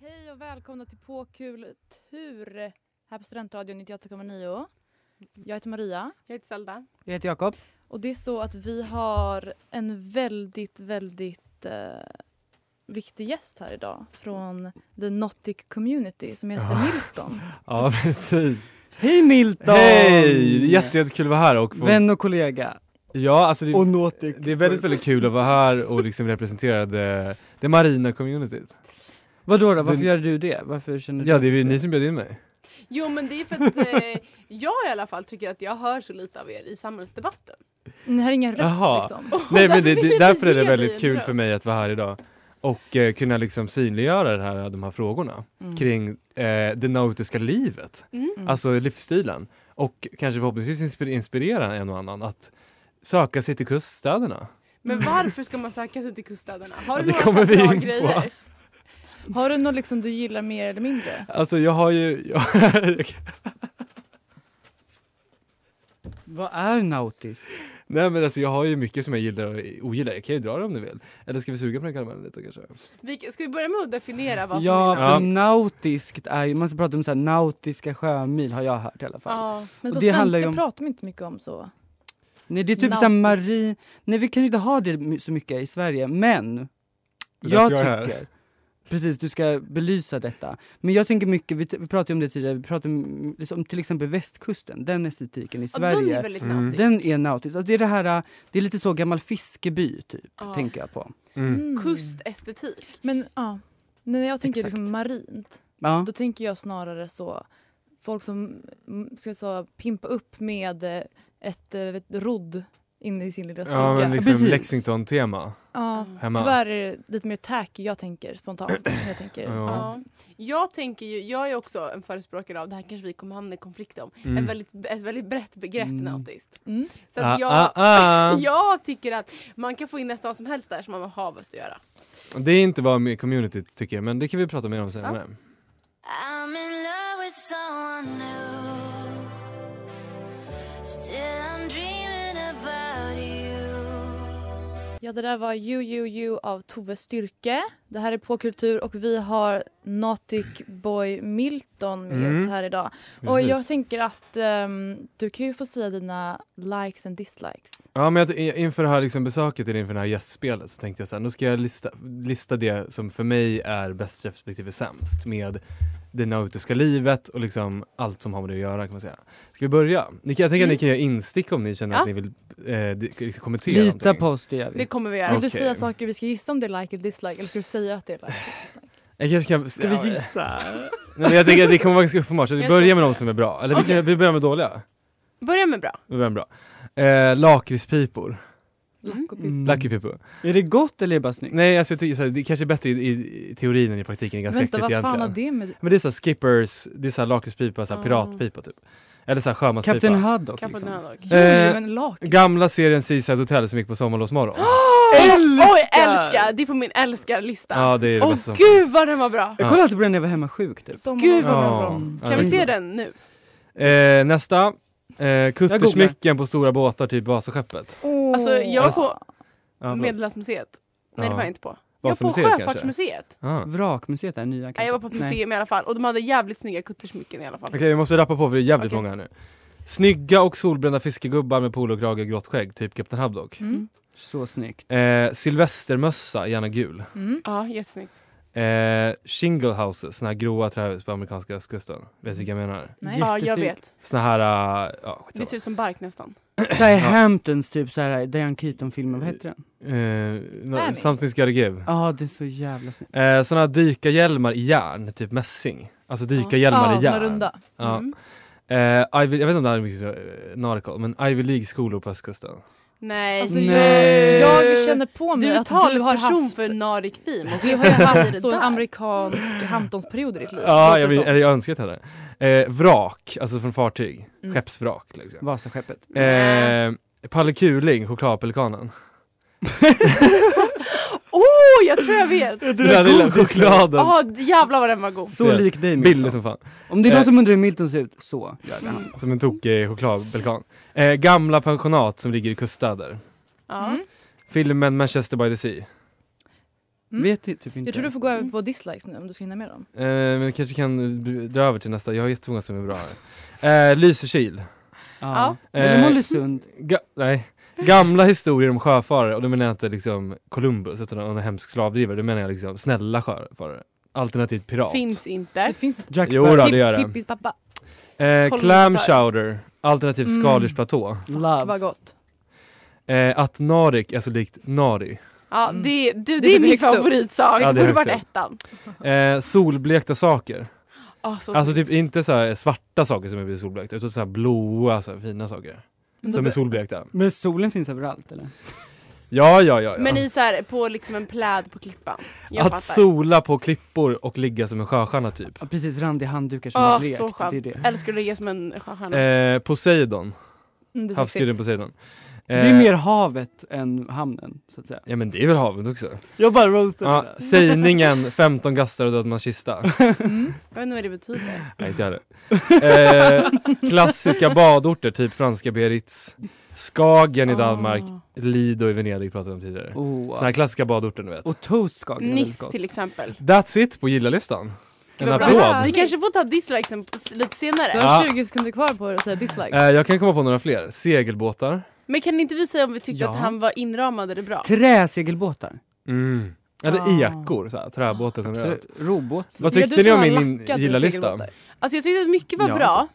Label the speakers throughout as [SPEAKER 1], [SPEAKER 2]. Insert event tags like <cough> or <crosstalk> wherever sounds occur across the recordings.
[SPEAKER 1] Hej och välkomna till På kul tur här på Studentradion 98,9. Jag heter Maria
[SPEAKER 2] Jag heter Zelda.
[SPEAKER 3] Jag heter Jakob.
[SPEAKER 1] och det är så att vi har en väldigt, väldigt eh, viktig gäst här idag från The Nautic Community som heter
[SPEAKER 4] Ja.
[SPEAKER 1] Milton.
[SPEAKER 4] Ja, precis.
[SPEAKER 3] Hej Milton!
[SPEAKER 4] Hej! Jätte, jättekul att vara här och få...
[SPEAKER 3] Vän och kollega.
[SPEAKER 4] Ja, alltså det,
[SPEAKER 3] Och Nautic.
[SPEAKER 4] det är väldigt, väldigt kul att vara här och liksom representera det, det marina communityt.
[SPEAKER 3] Vadå då, varför
[SPEAKER 4] Det-
[SPEAKER 3] gör du det? Varför känner du
[SPEAKER 4] Ja, det är ju ni som bjöd in mig.
[SPEAKER 5] Jo men det är för att eh, jag i alla fall tycker att jag hör så lite av er
[SPEAKER 2] <laughs>
[SPEAKER 5] i samhällsdebatten.
[SPEAKER 1] Ni har ingen röst
[SPEAKER 4] Jaha.
[SPEAKER 1] liksom.
[SPEAKER 4] Nej men det,
[SPEAKER 5] ville
[SPEAKER 4] det, därför är
[SPEAKER 5] ge
[SPEAKER 4] det
[SPEAKER 5] dig
[SPEAKER 4] väldigt
[SPEAKER 5] en
[SPEAKER 4] kul
[SPEAKER 5] röst.
[SPEAKER 4] för mig att vara här idag och eh, kunna liksom synliggöra det här, de här frågorna
[SPEAKER 1] Mm.
[SPEAKER 4] kring eh, det nautiska livet,
[SPEAKER 5] Mm.
[SPEAKER 1] Mm.
[SPEAKER 4] alltså livsstilen och kanske förhoppningsvis inspir- inspirera en och annan att söka sig till kuststäderna.
[SPEAKER 5] Men
[SPEAKER 1] Mm.
[SPEAKER 5] varför ska man söka sig till kuststäderna? Har du
[SPEAKER 4] Ja, det
[SPEAKER 5] några
[SPEAKER 4] kommer
[SPEAKER 5] så
[SPEAKER 4] vi
[SPEAKER 5] bra
[SPEAKER 4] in på.
[SPEAKER 5] grejer?
[SPEAKER 1] Har du något liksom du gillar mer eller mindre?
[SPEAKER 4] Alltså jag har ju, <laughs> jag,
[SPEAKER 3] Vad är nautiskt?
[SPEAKER 4] Nej men alltså jag har ju mycket som jag gillar och ogillar, jag kan ju dra det om du vill. Eller ska vi suga på den karamellen lite kanske?
[SPEAKER 5] Vi, ska vi börja med att definiera vad som
[SPEAKER 3] Ja,
[SPEAKER 5] är
[SPEAKER 3] för
[SPEAKER 5] nautiskt?
[SPEAKER 3] nautiskt är ju, man ska prata om så här, nautiska sjömil har jag hört i alla fall.
[SPEAKER 5] Ja.
[SPEAKER 1] Men
[SPEAKER 3] Och
[SPEAKER 1] på
[SPEAKER 3] det
[SPEAKER 1] svenska
[SPEAKER 3] handlar ju om-
[SPEAKER 1] pratar man inte mycket om så.
[SPEAKER 3] Nej det är typ
[SPEAKER 1] Nautiskt.
[SPEAKER 3] såhär marin, nej vi kan ju inte ha det my- så mycket i Sverige men
[SPEAKER 4] Det är
[SPEAKER 3] jag
[SPEAKER 4] därför jag är
[SPEAKER 3] tycker Precis, du ska belysa detta. Men jag tänker mycket, vi, t- vi pratade ju om det tidigare, vi pratade om, liksom, om till exempel västkusten, den estetiken i
[SPEAKER 5] Ja, den
[SPEAKER 3] Sverige.
[SPEAKER 5] är väldigt
[SPEAKER 4] Mm.
[SPEAKER 5] nautisk.
[SPEAKER 3] Den är nautisk. Alltså det, är det, här, äh, det är lite så gammal fiskeby, typ,
[SPEAKER 5] Ja.
[SPEAKER 3] tänker jag på.
[SPEAKER 1] Mm.
[SPEAKER 5] Kustestetik.
[SPEAKER 1] Men ja, när jag tänker
[SPEAKER 3] Exakt.
[SPEAKER 1] liksom marint,
[SPEAKER 3] Ja.
[SPEAKER 1] då tänker jag snarare så folk som mm, ska jag säga, pimpa upp med eh, ett, eh, ett rodd inne i sin lilla stuga.
[SPEAKER 4] Ja men liksom
[SPEAKER 3] precis.
[SPEAKER 4] Lexington-tema
[SPEAKER 1] Ja,
[SPEAKER 4] hemma.
[SPEAKER 1] tyvärr är det lite mer tacky jag tänker
[SPEAKER 4] <clears throat>
[SPEAKER 1] spontant. när Jag tänker.
[SPEAKER 4] Ja.
[SPEAKER 1] Ja.
[SPEAKER 5] Ja. Jag tänker ju, jag är också en förespråkare av, det här kanske vi kommer hamna i konflikt om,
[SPEAKER 4] Mm.
[SPEAKER 5] ett, väldigt, ett väldigt brett begrepp
[SPEAKER 3] Mm.
[SPEAKER 5] nautiskt.
[SPEAKER 1] Mm.
[SPEAKER 5] Så att jag,
[SPEAKER 4] ah, ah, ah.
[SPEAKER 5] <laughs> jag tycker att man kan få in nästan vad som helst där som har med havet att
[SPEAKER 4] Mm.
[SPEAKER 5] göra.
[SPEAKER 4] Det är inte vad med communityt tycker jag, men det kan vi prata mer om senare.
[SPEAKER 6] I'm in love with someone new. Still, I'm dreaming about you.
[SPEAKER 1] ja, det där var You You You av Tove Styrke. Det här är På Kultur och vi har Nautic Boy Milton med
[SPEAKER 4] Mm.
[SPEAKER 1] oss här idag. Och
[SPEAKER 4] Precis.
[SPEAKER 1] jag tänker att ehm, du kan ju få säga dina likes and dislikes.
[SPEAKER 4] Ja men jag, i- inför det här liksom besöket eller inför det här gästspelet så tänkte jag såhär, nu ska jag lista, lista det som för mig är bäst respektive sämst med det nautiska livet och liksom allt som har med det att göra kan man säga. Ska vi börja? Ni kan, jag tänker att ni kan göra instick om ni känner
[SPEAKER 5] Ja.
[SPEAKER 4] att ni vill eh, di- liksom kommentera
[SPEAKER 3] Lita
[SPEAKER 4] någonting.
[SPEAKER 3] på oss, det gör
[SPEAKER 5] Det
[SPEAKER 3] vi.
[SPEAKER 5] kommer vi
[SPEAKER 1] Vill
[SPEAKER 5] göra.
[SPEAKER 1] du
[SPEAKER 4] Okej.
[SPEAKER 1] säga saker vi ska gissa om det är like eller dislike eller ska du säga att det är like?
[SPEAKER 4] Jag kanske kan,
[SPEAKER 3] Ska vi gissa?
[SPEAKER 4] Nej, men jag tänker att det kommer vara ganska uppenbart, så vi
[SPEAKER 5] Jag
[SPEAKER 4] börjar
[SPEAKER 5] tror
[SPEAKER 4] med de
[SPEAKER 5] det.
[SPEAKER 4] som är bra. Eller vi,
[SPEAKER 5] Okej.
[SPEAKER 4] kan, vi börjar med dåliga.
[SPEAKER 5] Börja med bra.
[SPEAKER 4] Vi börjar med bra. Eh, lakritspipor.
[SPEAKER 5] Mm.
[SPEAKER 1] Lack och
[SPEAKER 3] Mm.
[SPEAKER 4] Lakritspipor.
[SPEAKER 3] Är det gott eller är det bara snyggt?
[SPEAKER 4] Nej alltså jag tycker så här, det kanske är bättre i, i, i teorin än i praktiken, det är ganska
[SPEAKER 1] Vänta,
[SPEAKER 4] äckligt
[SPEAKER 1] vad
[SPEAKER 4] egentligen.
[SPEAKER 1] fan har det med...
[SPEAKER 4] Men det är såhär skippers, det är såhär lakritspipa, såhär
[SPEAKER 5] Ah.
[SPEAKER 4] piratpipa typ. Eller såhär sjömanspipa.
[SPEAKER 3] Kapten Haddock
[SPEAKER 5] Kappa
[SPEAKER 3] liksom.
[SPEAKER 5] Haddock.
[SPEAKER 1] Jo,
[SPEAKER 4] Eh,
[SPEAKER 1] men lak.
[SPEAKER 4] Gamla serien Seaside Hotel som gick på sommarlovsmorgon.
[SPEAKER 5] Älskar! Oj, älskar! Det är på min älskarlista.
[SPEAKER 4] Ja det är det
[SPEAKER 5] Åh
[SPEAKER 4] bästa som
[SPEAKER 5] gud vad den var bra!
[SPEAKER 3] Jag kollade alltid på den när jag var hemma sjuk typ.
[SPEAKER 1] Som
[SPEAKER 5] Gud,
[SPEAKER 4] vad
[SPEAKER 1] Ja.
[SPEAKER 4] bra.
[SPEAKER 5] Kan vi se den nu?
[SPEAKER 4] Eh, nästa. Eh, kuttersmycken på stora båtar, typ Vasaskeppet.
[SPEAKER 1] Åh.
[SPEAKER 5] Alltså jag var
[SPEAKER 4] Alltså,
[SPEAKER 5] på
[SPEAKER 4] Ja, förlåt.
[SPEAKER 5] Medelhavsmuseet. Nej
[SPEAKER 4] Ja.
[SPEAKER 5] det var jag inte på. Jag var på
[SPEAKER 4] Vasamuseet kanske?
[SPEAKER 5] Sjöfartsmuseet.
[SPEAKER 4] Ah.
[SPEAKER 3] Vrakmuseet är nya kanske?
[SPEAKER 5] Nej, jag var på ett museum i alla fall och de hade jävligt snygga kuttersmycken i alla fall.
[SPEAKER 4] Okej vi måste rappa på för det är jävligt
[SPEAKER 5] Okej.
[SPEAKER 4] många här nu. Snygga och solbrända fiskegubbar med polokrage och grått skägg, typ Kapten Haddock.
[SPEAKER 1] Mm.
[SPEAKER 3] Så snyggt.
[SPEAKER 4] Eh, Silvestermössa, gärna gul.
[SPEAKER 1] Mm.
[SPEAKER 5] Ja jättesnyggt.
[SPEAKER 4] Eh, shingle houses, såna här gråa trähus på amerikanska östkusten. Vet du vilka jag menar?
[SPEAKER 1] Nej.
[SPEAKER 5] Ja jag
[SPEAKER 3] Jättesnyggt.
[SPEAKER 5] vet.
[SPEAKER 4] Såna här, eh, ja
[SPEAKER 5] Det ser
[SPEAKER 4] skitsamma.
[SPEAKER 5] ut som bark nästan.
[SPEAKER 3] Såhär Hamptons typ såhär Diane Keaton-filmen, vad heter den?
[SPEAKER 4] Eh, no,
[SPEAKER 1] Fanny.
[SPEAKER 4] something's gotta give.
[SPEAKER 3] Ja det är så jävla snyggt.
[SPEAKER 4] Eh, såna här dykarhjälmar i järn, typ mässing. Alltså dykarhjälmar
[SPEAKER 1] Ja,
[SPEAKER 4] i järn.
[SPEAKER 1] med runda.
[SPEAKER 4] Ja.
[SPEAKER 5] Mm.
[SPEAKER 4] Eh, Ivy, jag vet inte om det här är mycket så, eh, nautical, men Ivy League-skolor på östkusten.
[SPEAKER 5] Nej.
[SPEAKER 1] Alltså,
[SPEAKER 3] Nej.
[SPEAKER 1] jag, jag känner på mig
[SPEAKER 5] du är
[SPEAKER 1] att du har
[SPEAKER 5] talesperson
[SPEAKER 1] haft,
[SPEAKER 5] för Narik Team. och
[SPEAKER 1] du
[SPEAKER 5] <laughs>
[SPEAKER 1] har ju
[SPEAKER 4] <laughs>
[SPEAKER 1] haft så en amerikansk Hamptonsperiod i ditt liv.
[SPEAKER 4] Ja,
[SPEAKER 1] låter
[SPEAKER 4] jag, vill,
[SPEAKER 1] det som.
[SPEAKER 4] eller jag önskar att jag hade det. Eh, vrak, alltså från fartyg.
[SPEAKER 1] Mm.
[SPEAKER 4] Skeppsvrak. Liksom.
[SPEAKER 3] Vasaskeppet.
[SPEAKER 4] Eh, Palle Kuling, Chokladpelikanen.
[SPEAKER 5] Åh, jag tror jag
[SPEAKER 4] <laughs>
[SPEAKER 5] vet!
[SPEAKER 4] <laughs> Den där lilla chokladen. Ah.
[SPEAKER 5] Åh, jävlar vad den var god.
[SPEAKER 3] Så lik dig
[SPEAKER 4] Billig
[SPEAKER 3] Milton.
[SPEAKER 4] som fan.
[SPEAKER 3] Om det är någon
[SPEAKER 4] Eh.
[SPEAKER 3] som undrar hur Milton ser ut, så gör det han.
[SPEAKER 4] Som en tokig chokladpelikan. Eh, gamla pensionat som ligger i kuststäder.
[SPEAKER 5] Ja.
[SPEAKER 1] Mm.
[SPEAKER 4] Filmen Manchester by the Sea.
[SPEAKER 1] Mm.
[SPEAKER 3] Vet ty- typ inte.
[SPEAKER 1] Jag tror du får gå över på dislikes nu om du ska hinna med dem.
[SPEAKER 4] Eh, men vi kanske kan b- dra över till nästa, jag har jättemånga som är bra här. Eh, Lysekil.
[SPEAKER 3] Ja.
[SPEAKER 4] Ja.
[SPEAKER 3] Eller
[SPEAKER 4] Eh.
[SPEAKER 3] Mollösund.
[SPEAKER 4] Ga- nej. Gamla historier om sjöfarare, och då menar jag inte liksom Columbus utan någon hemsk slavdrivare, då menar jag liksom snälla sjöfarare. Alternativt pirat.
[SPEAKER 5] Finns
[SPEAKER 1] Det
[SPEAKER 5] inte.
[SPEAKER 1] finns inte.
[SPEAKER 3] Jack
[SPEAKER 4] Jo
[SPEAKER 3] Sparrow.
[SPEAKER 4] då, det gör det.
[SPEAKER 1] Pippis pappa.
[SPEAKER 4] Eh, clam chowder, alternativt
[SPEAKER 1] Mm.
[SPEAKER 4] skaldjursplatå.
[SPEAKER 3] Love.
[SPEAKER 1] Vad gott.
[SPEAKER 4] Eh, att narik är så likt nari.
[SPEAKER 5] Ja,
[SPEAKER 1] Mm.
[SPEAKER 5] det, du, det,
[SPEAKER 1] typ
[SPEAKER 5] är min
[SPEAKER 1] högst upp.
[SPEAKER 5] favoritsak.
[SPEAKER 4] Ja, det är
[SPEAKER 5] det borde
[SPEAKER 4] högst
[SPEAKER 5] varit ettan.
[SPEAKER 4] Eh, solblekta saker.
[SPEAKER 5] Oh, så
[SPEAKER 4] Alltså
[SPEAKER 5] snyggt.
[SPEAKER 4] typ inte så här svarta saker som är solblekta utan så här blåa så här fina saker.
[SPEAKER 5] Men då
[SPEAKER 4] Som är
[SPEAKER 5] be-
[SPEAKER 4] solblekta.
[SPEAKER 3] Men solen finns överallt eller?
[SPEAKER 4] Ja, ja, ja. ja.
[SPEAKER 5] Men i så här, på liksom en pläd på klippan. Jag
[SPEAKER 4] att
[SPEAKER 5] fattar.
[SPEAKER 4] sola på klippor och ligga som en sjöstjärna typ.
[SPEAKER 3] Ja, precis, randiga handdukar som
[SPEAKER 5] Ja,
[SPEAKER 3] har lekt.
[SPEAKER 5] Ah, så skönt.
[SPEAKER 3] Det är det.
[SPEAKER 5] Älskar att ligga som en sjöstjärna.
[SPEAKER 4] Eh, Poseidon,
[SPEAKER 1] Mm, det är
[SPEAKER 4] havsguden
[SPEAKER 1] sexigt.
[SPEAKER 4] Poseidon. Eh,
[SPEAKER 3] Det är mer havet än hamnen, så att säga.
[SPEAKER 4] Ja men det är väl havet också?
[SPEAKER 3] Jag bara roastade
[SPEAKER 4] Ja,
[SPEAKER 3] det.
[SPEAKER 4] sägningen 15 gastar och död mans kista.
[SPEAKER 5] Jag vet inte vad det betyder.
[SPEAKER 4] <laughs> Nej inte jag heller. eh, Klassiska badorter, typ franska Biarritz. Skagen i Danmark,
[SPEAKER 5] Ah.
[SPEAKER 4] Lido i Venedig pratade vi om tidigare. Såna här
[SPEAKER 3] Oh.
[SPEAKER 4] klassiska badorter du vet.
[SPEAKER 3] Och toast ska det vara väldigt
[SPEAKER 5] Nice
[SPEAKER 3] gott.
[SPEAKER 5] till exempel.
[SPEAKER 4] That's it på gilla-listan. En
[SPEAKER 5] Vad bra.
[SPEAKER 4] applåd.
[SPEAKER 5] Vi kanske får ta dislikesen på- s- lite senare.
[SPEAKER 1] Du har
[SPEAKER 4] Ja.
[SPEAKER 1] 20 sekunder kvar på dig att säga dislikes.
[SPEAKER 4] Eh, jag kan komma på några fler. Segelbåtar.
[SPEAKER 5] Men kan inte vi säga om vi tyckte
[SPEAKER 3] Ja.
[SPEAKER 5] att han var inramad eller bra?
[SPEAKER 3] Träsegelbåtar.
[SPEAKER 4] Eller
[SPEAKER 1] Ah.
[SPEAKER 4] ekor, såhär, träbåtar generellt.
[SPEAKER 3] Absolut. Robåt.
[SPEAKER 4] Vad
[SPEAKER 1] Gillar
[SPEAKER 4] tyckte
[SPEAKER 1] du
[SPEAKER 4] ni om
[SPEAKER 1] såna här
[SPEAKER 4] min
[SPEAKER 1] lackade
[SPEAKER 4] gilla-lista?
[SPEAKER 1] segelbåtar?
[SPEAKER 5] Alltså jag tyckte att mycket var
[SPEAKER 4] Ja.
[SPEAKER 5] bra.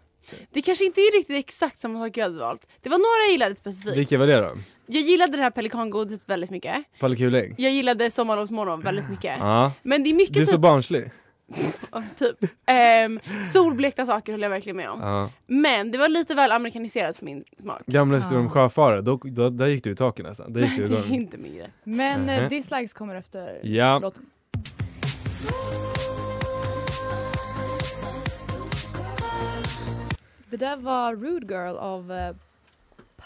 [SPEAKER 5] Det kanske inte är riktigt exakt samma sak jag hade valt. Det var några jag gillade specifikt.
[SPEAKER 4] Vilka var det då?
[SPEAKER 5] Jag gillade det här pelikangodiset väldigt mycket.
[SPEAKER 4] Palle Kuling?
[SPEAKER 5] Jag gillade Sommarlovsmorgon väldigt mycket.
[SPEAKER 4] Ja.
[SPEAKER 5] Men det är
[SPEAKER 4] Du Ah. är
[SPEAKER 5] mycket
[SPEAKER 4] så
[SPEAKER 5] typ,
[SPEAKER 4] barnslig.
[SPEAKER 5] <laughs> typ ehm, solblekta saker håller jag verkligen med om.
[SPEAKER 4] Ja.
[SPEAKER 5] Men det var lite väl amerikaniserat för min smak.
[SPEAKER 4] Gamla historier om
[SPEAKER 1] Ah.
[SPEAKER 4] sjöfarare, då, då, där gick du i taket nästan. Där
[SPEAKER 1] <laughs>
[SPEAKER 4] gick
[SPEAKER 5] Men
[SPEAKER 4] du
[SPEAKER 5] det är <laughs>
[SPEAKER 4] igång.
[SPEAKER 5] inte min grej.
[SPEAKER 1] Men
[SPEAKER 4] Mhm.
[SPEAKER 1] eh, dislikes kommer efter
[SPEAKER 4] Ja,
[SPEAKER 1] låten. Det där var Rude Girl av eh,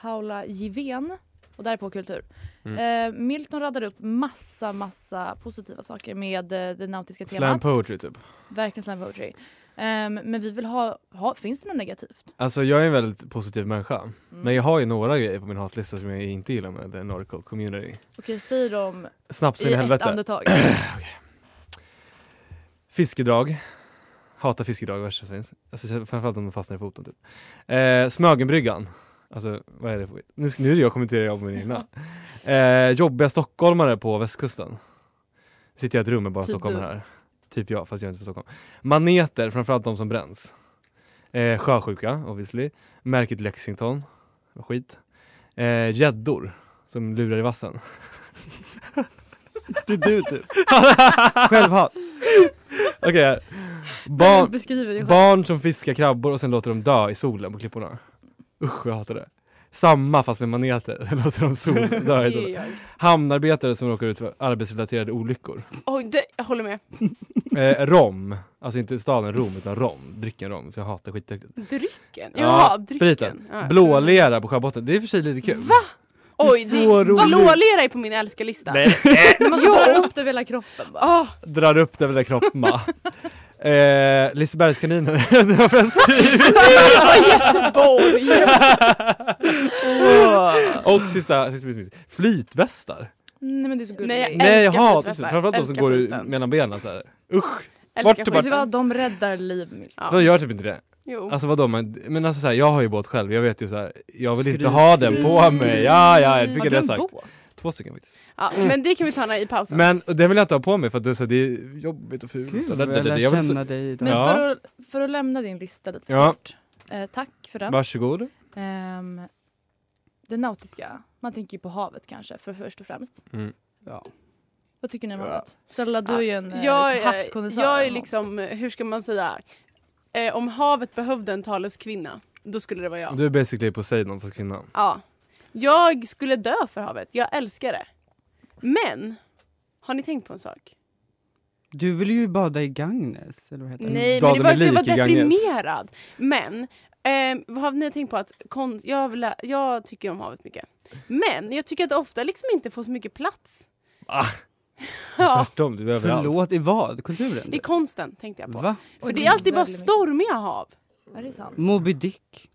[SPEAKER 1] Paula Givén. Och där är på kultur.
[SPEAKER 4] Mm.
[SPEAKER 1] Eh, Milton radade upp massa, massa positiva saker med eh, det nautiska
[SPEAKER 4] slam
[SPEAKER 1] temat.
[SPEAKER 4] poetry typ.
[SPEAKER 1] Verkligen slam poetry. Ehm, men vi vill ha, ha, finns det något negativt?
[SPEAKER 4] Alltså jag är en väldigt positiv människa.
[SPEAKER 1] Mm.
[SPEAKER 4] Men jag har ju några grejer på min hatlista som jag inte gillar med The Norco Community.
[SPEAKER 1] Okej, säg dem
[SPEAKER 4] Snabbt så
[SPEAKER 1] i
[SPEAKER 4] in i
[SPEAKER 1] ett
[SPEAKER 4] helvete. <clears throat>
[SPEAKER 1] andetag.
[SPEAKER 4] Fiskedrag. Hatar fiskedrag, det värsta som finns. Alltså, framförallt om de fastnar i foten typ. Eh, Smögenbryggan. Alltså vad är det för skit? Nu, nu är det jag kommenterar jag på
[SPEAKER 1] <laughs>
[SPEAKER 4] min egna. Eh, jobbiga stockholmare på västkusten. Sitter jag i ett rum med bara
[SPEAKER 1] Typ
[SPEAKER 4] stockholmare
[SPEAKER 1] du.
[SPEAKER 4] här. Typ jag, fast jag är inte från Stockholm. Maneter, framförallt de som bränns. Eh, sjösjuka, obviously. Märket Lexington. Skit. Eh, Gäddor, som lurar i vassen.
[SPEAKER 3] Det är du
[SPEAKER 4] <laughs>
[SPEAKER 3] typ. Självhat.
[SPEAKER 4] Okej. här.
[SPEAKER 1] Ba-
[SPEAKER 4] Barn,
[SPEAKER 1] Beskriver dig själv.
[SPEAKER 4] barn som fiskar krabbor och sen låter dem dö i solen på klipporna. Usch, jag hatar det. Samma fast med maneter, <laughs> sen låter de sol,
[SPEAKER 5] Det
[SPEAKER 4] dö i
[SPEAKER 5] är ju
[SPEAKER 4] solen.
[SPEAKER 5] jag.
[SPEAKER 4] Hamnarbetare som råkar ut för arbetsrelaterade olyckor.
[SPEAKER 5] Oj, det, jag håller med.
[SPEAKER 4] Eh, rom, alltså inte staden Rom utan rom, drycken rom, för jag hatar skitäckligt.
[SPEAKER 5] Drycken? Jaha, drycken.
[SPEAKER 4] spriten.
[SPEAKER 5] Ja.
[SPEAKER 4] Blålera på sjöbotten, det är i och för sig lite kul.
[SPEAKER 5] Va? Oj,
[SPEAKER 3] Det
[SPEAKER 5] det
[SPEAKER 3] är så roligt.
[SPEAKER 5] blålera är på min älskarlista. <laughs>
[SPEAKER 4] Nej.
[SPEAKER 1] Men man drar upp det över hela kroppen bara.
[SPEAKER 5] Ah,
[SPEAKER 4] Drar upp den där kroppen bara. Eh, Lisebergskaninen, <laughs> det var förresten
[SPEAKER 5] det var Göteborg!
[SPEAKER 4] Och sista, sista, sista, sista, flytvästar.
[SPEAKER 1] Nej men det är så gulligt.
[SPEAKER 5] Nej, jag
[SPEAKER 4] Nej jag
[SPEAKER 5] Älskar
[SPEAKER 4] hatar
[SPEAKER 5] flytvästar.
[SPEAKER 4] framförallt de som
[SPEAKER 5] Älskar
[SPEAKER 4] går
[SPEAKER 5] skiten.
[SPEAKER 4] mellan benen såhär. Usch!
[SPEAKER 5] Älskar
[SPEAKER 4] Bort och
[SPEAKER 1] Vet du
[SPEAKER 5] skiten.
[SPEAKER 1] vad, de räddar liv. Milton.
[SPEAKER 5] Ja. Oh.
[SPEAKER 4] De gör typ inte det.
[SPEAKER 5] Jo.
[SPEAKER 4] Alltså vadå men, men alltså såhär, jag har ju båt själv, jag vet ju såhär, jag vill inte
[SPEAKER 3] Skryt,
[SPEAKER 4] ha den
[SPEAKER 3] skryt,
[SPEAKER 4] på
[SPEAKER 3] skryt.
[SPEAKER 4] mig. Ja ja, jag fick
[SPEAKER 1] Har
[SPEAKER 4] jag det
[SPEAKER 1] du en
[SPEAKER 4] sagt.
[SPEAKER 1] båt?
[SPEAKER 4] Två stycken faktiskt.
[SPEAKER 5] ja, men det kan vi ta när- i pausen.
[SPEAKER 4] Men och den vill jag inte ha på mig för att det är, så, det är jobbigt och fult.
[SPEAKER 3] Gud, vad
[SPEAKER 4] och det- det-
[SPEAKER 3] jag
[SPEAKER 4] det-
[SPEAKER 3] lär
[SPEAKER 4] jag vill så-
[SPEAKER 3] känna dig idag.
[SPEAKER 1] Men
[SPEAKER 4] Ja.
[SPEAKER 1] för, att, för att lämna din lista lite
[SPEAKER 4] Ja.
[SPEAKER 1] kort. Eh, tack för den.
[SPEAKER 4] Varsågod.
[SPEAKER 1] Ehm, det nautiska, man tänker ju på havet kanske för först och främst.
[SPEAKER 4] Mm.
[SPEAKER 3] Ja.
[SPEAKER 1] Vad tycker ni om havet? Sella du är ju en eh,
[SPEAKER 5] jag, är-
[SPEAKER 1] havskondensör.
[SPEAKER 5] jag är liksom, eh, hur ska man säga? Eh, om havet behövde en taleskvinna, då skulle det vara jag.
[SPEAKER 4] Du är basically Poseidon fast kvinna.
[SPEAKER 5] Ja. Jag skulle dö för havet. Jag älskar det. Men, har ni tänkt på en sak?
[SPEAKER 3] Du vill ju bada i Gagnes, eller vad heter det?
[SPEAKER 5] Nej, men
[SPEAKER 4] Bladen
[SPEAKER 5] det var för jag var
[SPEAKER 4] med lik i Gagnef.
[SPEAKER 5] deprimerad. Men, eh, vad har ni tänkt på att konst, jag, vill, lä- jag tycker om havet mycket. Men jag tycker att det ofta liksom inte får så mycket plats.
[SPEAKER 4] Ah,
[SPEAKER 5] <laughs>
[SPEAKER 3] <laughs>
[SPEAKER 5] Ja,
[SPEAKER 4] tvärtom. Du behöver allt.
[SPEAKER 3] Förlåt, i vad? Kulturen?
[SPEAKER 5] I konsten tänkte jag på.
[SPEAKER 3] Va?
[SPEAKER 5] För det är alltid bara stormiga hav.
[SPEAKER 1] Är det sant?
[SPEAKER 3] Moby Dick?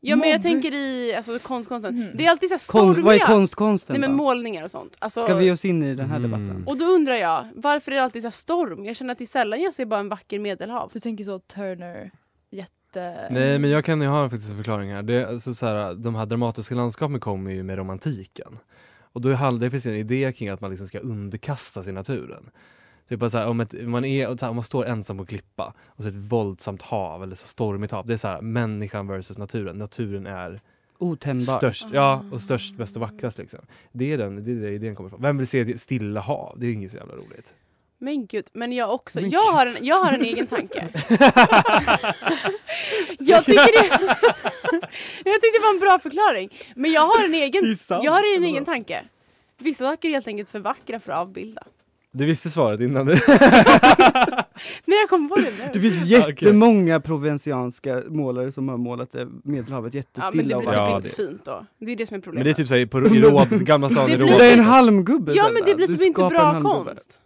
[SPEAKER 5] Ja, men jag
[SPEAKER 3] Mobb-
[SPEAKER 5] tänker i alltså, konstkonsten.
[SPEAKER 1] Mhm.
[SPEAKER 5] Det är alltid så här
[SPEAKER 3] Konst,
[SPEAKER 5] stormiga.
[SPEAKER 3] vad är konstkonsten
[SPEAKER 5] Nej, men
[SPEAKER 3] då?
[SPEAKER 5] målningar och sånt. Alltså,
[SPEAKER 3] Ska vi ge oss in i den här
[SPEAKER 4] Mm.
[SPEAKER 3] debatten?
[SPEAKER 5] Och då undrar jag, varför är det alltid så här storm? Jag känner att det är sällan jag ser bara en vacker medelhav.
[SPEAKER 1] Du tänker så Turner, jätte...
[SPEAKER 4] Nej men jag kan ju ha faktiskt en förklaring här. Det, är alltså, så här. De här dramatiska landskapen kommer ju med romantiken. Och då handlar det finns en idé kring att man liksom ska underkasta sig naturen. Typ bara så här, om, ett, man är, så här, om man står ensam på en klippa och så ett våldsamt hav eller så stormigt hav. Det är så här, människan versus naturen. Naturen är
[SPEAKER 3] Otämjbar.
[SPEAKER 4] störst, ja, och störst, bäst och vackrast. Liksom. Det är den det är där idén kommer ifrån. Vem vill se ett stilla hav? Det är ju inget så jävla roligt.
[SPEAKER 5] Men gud, men jag också.
[SPEAKER 3] Men
[SPEAKER 5] jag,
[SPEAKER 3] gud.
[SPEAKER 5] har en, jag har en egen tanke. jag, tycker det, <laughs> jag tyckte det var en bra förklaring. Men jag har en egen, jag har en egen tanke. Vissa saker är helt enkelt för vackra för att avbilda.
[SPEAKER 4] Du visste svaret innan du...
[SPEAKER 5] Nej, jag kom på det nu. <laughs>
[SPEAKER 3] Det finns jättemånga provensianska målare som har målat eh, Medelhavet
[SPEAKER 5] Ja, men det
[SPEAKER 3] jättestilla
[SPEAKER 5] blir
[SPEAKER 3] och
[SPEAKER 5] typ
[SPEAKER 3] vackert.
[SPEAKER 4] Ja,
[SPEAKER 5] inte
[SPEAKER 4] det-
[SPEAKER 5] fint då. Det är det som är
[SPEAKER 4] Men
[SPEAKER 5] problemet.
[SPEAKER 4] det är typ såhär på i Råb, Gamla stan i
[SPEAKER 5] Det
[SPEAKER 4] Råb.
[SPEAKER 5] blir-
[SPEAKER 3] Det är en halmgubbe
[SPEAKER 5] ja, men
[SPEAKER 3] Bella.
[SPEAKER 5] det blir
[SPEAKER 3] Du
[SPEAKER 5] typ inte
[SPEAKER 3] skapar en
[SPEAKER 5] bra
[SPEAKER 3] halmgubbe.
[SPEAKER 5] konst.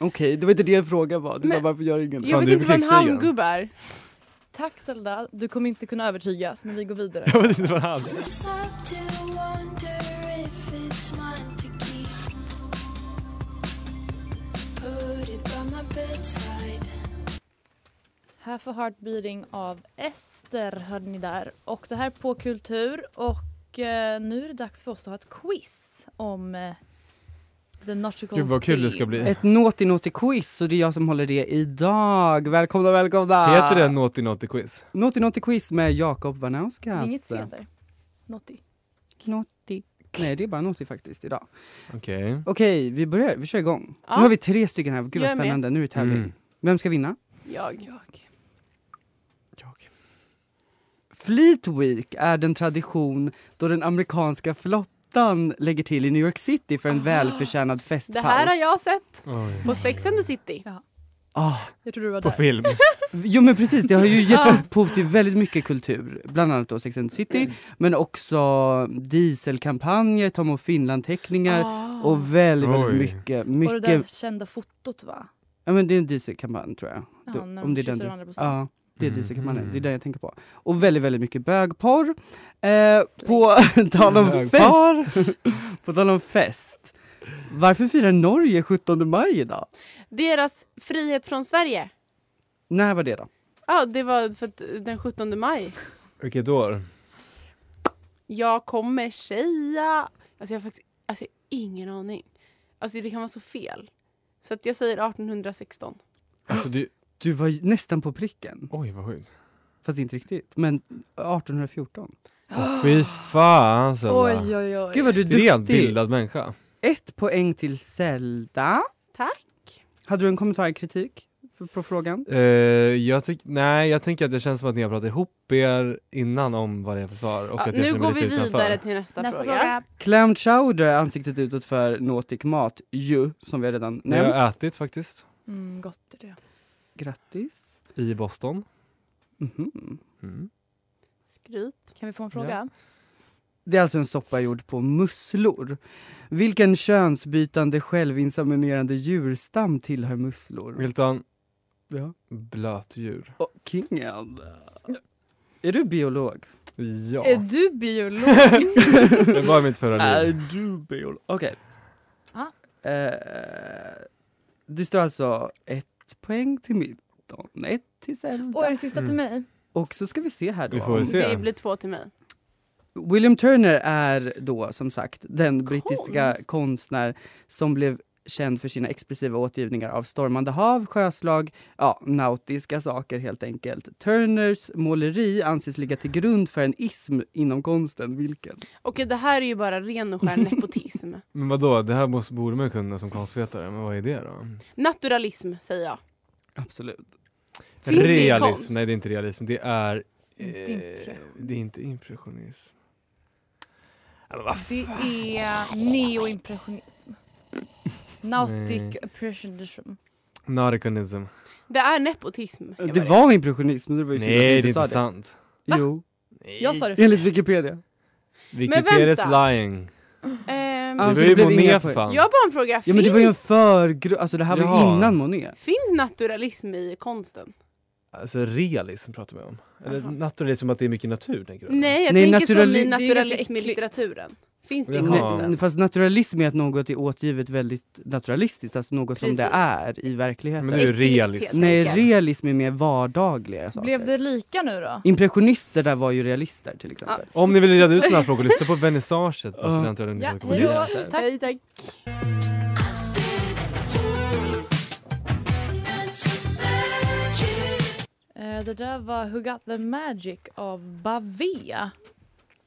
[SPEAKER 3] Okej, det var inte det jag frågade var. Du sa
[SPEAKER 5] Men-
[SPEAKER 3] varför gör ingen det?
[SPEAKER 4] Fan,
[SPEAKER 5] Jag vet
[SPEAKER 4] du är
[SPEAKER 5] inte vad en
[SPEAKER 4] betygsligan.
[SPEAKER 5] halmgubbe är.
[SPEAKER 1] Tack Zelda, du kommer inte kunna övertygas men vi går vidare.
[SPEAKER 4] <laughs> Jag vet inte vad han...
[SPEAKER 6] Stop to wonder if it's mine to keep. Put it by my bedside.
[SPEAKER 1] Här för Heartbeating av Ester hörde ni där. Och det här är på Kultur och eh, nu är det dags för oss att ha ett quiz om eh, the nautical
[SPEAKER 4] Gud vad kul det ska
[SPEAKER 1] theme.
[SPEAKER 4] bli.
[SPEAKER 3] Ett naughty naughty quiz och det är jag som håller det idag. Välkomna, välkomna!
[SPEAKER 4] Heter det Naughty Naughty Quiz?
[SPEAKER 3] Naughty naughty quiz med Jakob
[SPEAKER 1] Det är
[SPEAKER 3] Wanauskas.
[SPEAKER 1] Inget C där. Naughty.
[SPEAKER 3] Naughty. Nej det är bara naughty faktiskt idag.
[SPEAKER 4] Okej.
[SPEAKER 3] Okej, vi börjar, vi kör igång.
[SPEAKER 5] Ja.
[SPEAKER 3] Nu har vi tre stycken här, gud
[SPEAKER 5] Jag
[SPEAKER 3] vad
[SPEAKER 5] är med.
[SPEAKER 3] spännande, nu är det tävling.
[SPEAKER 4] Mm.
[SPEAKER 3] Vem ska vinna?
[SPEAKER 5] Jag. jag.
[SPEAKER 3] Fleet Week är den tradition då den amerikanska flottan lägger till i New York City för en
[SPEAKER 5] Ah.
[SPEAKER 3] välförtjänad
[SPEAKER 5] Det
[SPEAKER 3] festpaus.
[SPEAKER 5] här har jag sett
[SPEAKER 4] Oj.
[SPEAKER 5] på Sex and the City.
[SPEAKER 3] Ah,
[SPEAKER 1] Jag tror du var
[SPEAKER 4] På
[SPEAKER 1] där.
[SPEAKER 4] film.
[SPEAKER 3] jo men precis, det har ju
[SPEAKER 5] <laughs>
[SPEAKER 3] gett upphov till väldigt mycket kultur. Bland annat då Sex and the City, men också dieselkampanjer, Tom och Finland-teckningar
[SPEAKER 5] Ah.
[SPEAKER 3] och väldigt,
[SPEAKER 4] Oj.
[SPEAKER 3] väldigt mycket.
[SPEAKER 1] Och det där
[SPEAKER 3] mycket
[SPEAKER 1] kända fotot va?
[SPEAKER 3] ja, men det är en dieselkampanj tror jag.
[SPEAKER 1] Ja,
[SPEAKER 3] Då-
[SPEAKER 1] när de
[SPEAKER 3] om det är den
[SPEAKER 1] kysser
[SPEAKER 3] du
[SPEAKER 1] varandra på stan.
[SPEAKER 3] Ja, det är dieselkampanjen.
[SPEAKER 4] Mhm.
[SPEAKER 3] Det är den jag tänker på. Och väldigt, väldigt mycket bögporr. Eh, på <laughs> tal om fest. <laughs> på tal om fest. Varför firar Norge 17 maj idag?
[SPEAKER 5] Deras frihet från Sverige.
[SPEAKER 3] När var det då?
[SPEAKER 5] Ja, det var för att den 17 maj.
[SPEAKER 4] <laughs> Vilket år?
[SPEAKER 5] Jag kommer säga... Alltså jag har faktiskt alltså jag har ingen aning. Alltså det kan vara så fel. Så att jag säger 1816.
[SPEAKER 4] Alltså du...
[SPEAKER 3] Du var ju nästan på pricken.
[SPEAKER 4] Oj vad sjukt.
[SPEAKER 3] Fast inte riktigt. Men 1814.
[SPEAKER 4] Åh, Fy fan Zelda.
[SPEAKER 1] Oj oj oj.
[SPEAKER 3] Gud vad du är
[SPEAKER 4] Extremt
[SPEAKER 3] duktig.
[SPEAKER 4] bildad människa.
[SPEAKER 3] Ett poäng till Zelda.
[SPEAKER 5] Tack.
[SPEAKER 3] Hade du en kommentar, kritik för- på frågan?
[SPEAKER 4] Eh, jag tyck, nej jag tänker att det känns som att ni har pratat ihop er innan om vad det är för svar och
[SPEAKER 5] Ja,
[SPEAKER 4] att jag
[SPEAKER 5] nu
[SPEAKER 4] känner mig
[SPEAKER 5] går
[SPEAKER 4] lite
[SPEAKER 5] vi vidare
[SPEAKER 4] utanför.
[SPEAKER 5] till nästa,
[SPEAKER 1] Nästa
[SPEAKER 5] fråga.
[SPEAKER 1] fråga.
[SPEAKER 3] Clam chowder, ansiktet utåt för nautic mat, ju, som vi redan
[SPEAKER 4] Det har
[SPEAKER 3] nämnt.
[SPEAKER 4] jag ätit faktiskt.
[SPEAKER 1] Mm, gott är det.
[SPEAKER 3] Grattis.
[SPEAKER 4] I Boston.
[SPEAKER 3] Mhm.
[SPEAKER 4] Mm.
[SPEAKER 5] Skryt.
[SPEAKER 1] Kan vi få en fråga?
[SPEAKER 3] Det är alltså en soppa gjord på musslor. Vilken könsbytande självinseminerande djurstam tillhör musslor?
[SPEAKER 4] Milton,
[SPEAKER 3] Ja.
[SPEAKER 4] blötdjur.
[SPEAKER 3] Och kingen. Är du biolog?
[SPEAKER 4] Ja,
[SPEAKER 1] Är du biolog?
[SPEAKER 3] <laughs>
[SPEAKER 4] det var mitt förra liv.
[SPEAKER 3] du biolog? Okej.
[SPEAKER 1] Ja.
[SPEAKER 3] Eh, det står alltså ett poäng till Milton, ett till Zelda.
[SPEAKER 1] och är det sista
[SPEAKER 3] Mm.
[SPEAKER 1] till mig?
[SPEAKER 3] Och så ska vi se här då.
[SPEAKER 4] Vi får väl
[SPEAKER 3] om-
[SPEAKER 4] se.
[SPEAKER 5] Det blir två till mig.
[SPEAKER 3] William Turner är då som sagt den brittiska
[SPEAKER 5] Konst.
[SPEAKER 3] konstnär som blev känd för sina expressiva återgivningar av stormande hav, sjöslag, ja, nautiska saker helt enkelt. Turners måleri anses ligga till grund för en ism inom konsten. Vilken?
[SPEAKER 5] Okej, det här är ju bara ren och
[SPEAKER 3] <laughs>
[SPEAKER 5] skär nepotism.
[SPEAKER 4] Men vadå, det här måste, borde man ju kunna som konstvetare, men vad är det då?
[SPEAKER 5] Naturalism, säger jag.
[SPEAKER 3] Absolut.
[SPEAKER 5] Finns det i konst?
[SPEAKER 4] realism, nej det är inte realism, det är...
[SPEAKER 1] Inte
[SPEAKER 4] eh,
[SPEAKER 1] impressionism.
[SPEAKER 4] det är inte impressionism. Ja, men
[SPEAKER 3] Ah,
[SPEAKER 4] vad f-
[SPEAKER 1] Det är neoimpressionism. Nautic impressionism.
[SPEAKER 4] Nauticanism.
[SPEAKER 5] Det är nepotism. Jag
[SPEAKER 3] Det
[SPEAKER 5] bara-
[SPEAKER 3] var impressionism, det var ju synd att du
[SPEAKER 4] Nej, det är
[SPEAKER 3] inte sa
[SPEAKER 4] inte
[SPEAKER 3] det.
[SPEAKER 4] sant.
[SPEAKER 3] Jo,
[SPEAKER 1] Jag sa det
[SPEAKER 3] enligt
[SPEAKER 1] först.
[SPEAKER 3] Wikipedia.
[SPEAKER 4] Wikipedia's
[SPEAKER 5] vänta.
[SPEAKER 4] lying.
[SPEAKER 5] Ehm,
[SPEAKER 3] Ja,
[SPEAKER 4] Det
[SPEAKER 3] för
[SPEAKER 4] var
[SPEAKER 3] Alltså, det
[SPEAKER 4] ju
[SPEAKER 3] blev inga
[SPEAKER 4] Monet
[SPEAKER 3] poäng.
[SPEAKER 4] för
[SPEAKER 5] jag
[SPEAKER 4] fan.
[SPEAKER 5] har bara en fråga.
[SPEAKER 3] Ja
[SPEAKER 5] Finns,
[SPEAKER 3] men det var ju en förgrupp, alltså det här var ju
[SPEAKER 4] Jaha.
[SPEAKER 3] innan Monet.
[SPEAKER 5] finns naturalism i konsten?
[SPEAKER 4] Alltså realism pratar vi om. Eller
[SPEAKER 5] Jaha.
[SPEAKER 4] naturalism att det är mycket natur tänker du? eller?
[SPEAKER 5] Nej, jag
[SPEAKER 3] Nej,
[SPEAKER 5] tänker
[SPEAKER 3] naturali-
[SPEAKER 5] som i
[SPEAKER 1] det är ju ganska
[SPEAKER 5] naturalism i
[SPEAKER 1] äckligt.
[SPEAKER 5] litteraturen. Finns det i
[SPEAKER 4] Jaha.
[SPEAKER 5] konsten?
[SPEAKER 3] Nej, fast naturalism är att något är återgivet väldigt naturalistiskt, alltså något som det
[SPEAKER 5] Precis.
[SPEAKER 3] är i verkligheten.
[SPEAKER 4] Men det är ju
[SPEAKER 5] Äckligt.
[SPEAKER 4] realism.
[SPEAKER 3] Nej,
[SPEAKER 5] Tänker.
[SPEAKER 3] realism är mer vardagliga saker.
[SPEAKER 1] Blev det lika nu då?
[SPEAKER 3] Impressionister där var ju realister till exempel.
[SPEAKER 4] Om ni vill reda ut sådana här frågor, lyssna på alltså, vernissaget på
[SPEAKER 3] Ja.
[SPEAKER 4] Studentradion
[SPEAKER 1] Ja,
[SPEAKER 4] 19,9.
[SPEAKER 1] hej
[SPEAKER 3] Just
[SPEAKER 1] då. Tack.
[SPEAKER 5] Nej, tack.
[SPEAKER 6] I said, "Ooh, that's magic."
[SPEAKER 1] Eh, Det där var Who Got The Magic av Bavea.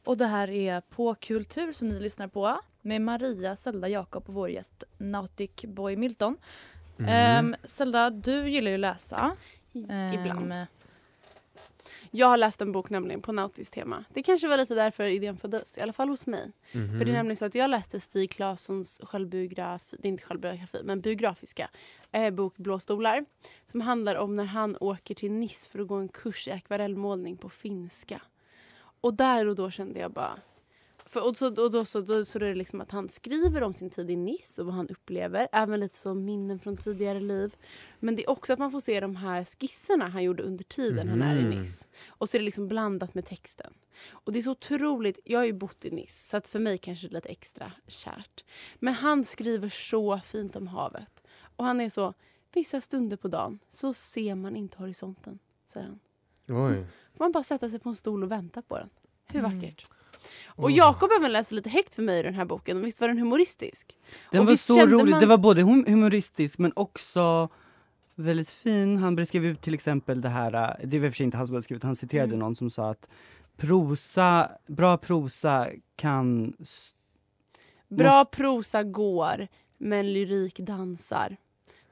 [SPEAKER 1] Och det här är På kultur som ni lyssnar på med Maria, Zelda, Jakob och vår gäst Nautic Boy Milton.
[SPEAKER 4] Mm.
[SPEAKER 1] Ehm, Zelda, du gillar ju att läsa. Ehm,
[SPEAKER 5] Ibland. Jag har läst en bok nämligen på nautiskt tema. Det kanske var lite därför idén föddes, i alla fall hos mig.
[SPEAKER 4] Mhm.
[SPEAKER 5] För det är nämligen så att jag läste Stig Claessons självbiografi, det är inte självbiografi, men biografiska eh, bok Blå stolar. Som handlar om när han åker till Nice för att gå en kurs i akvarellmålning på finska. Och där och då kände jag bara... För, och så, och då, så, då, så då är det liksom att han skriver om sin tid i Nice och vad han upplever. Även lite så minnen från tidigare liv. Men det är också att man får se de här skisserna han gjorde under tiden han är i
[SPEAKER 4] Mhm.
[SPEAKER 5] Nice. Och så är det liksom blandat med texten. Och det är så otroligt, jag har ju bott i Nice så att för mig kanske det är lite extra kärt. Men han skriver så fint om havet. Och han är så, vissa stunder på dagen så ser man inte horisonten, säger han.
[SPEAKER 4] Oj.
[SPEAKER 5] Får man bara sätta sig på en stol och vänta på den. Hur
[SPEAKER 1] Mm.
[SPEAKER 5] vackert.
[SPEAKER 4] Mm.
[SPEAKER 5] Och Jakob även läste lite högt för mig i den här boken. och Visst var den humoristisk?
[SPEAKER 3] Den
[SPEAKER 5] Och
[SPEAKER 3] var
[SPEAKER 5] visst
[SPEAKER 3] så
[SPEAKER 5] kände
[SPEAKER 3] rolig,
[SPEAKER 5] man-
[SPEAKER 3] det var både hum- humoristisk men också väldigt fin. Han beskrev ut till exempel det här, eh, det var i och för sig inte han som hade skrivit, han citerade
[SPEAKER 5] Mm.
[SPEAKER 3] någon som sa att prosa, bra prosa kan s-
[SPEAKER 5] Bra prosa går, men lyrik dansar.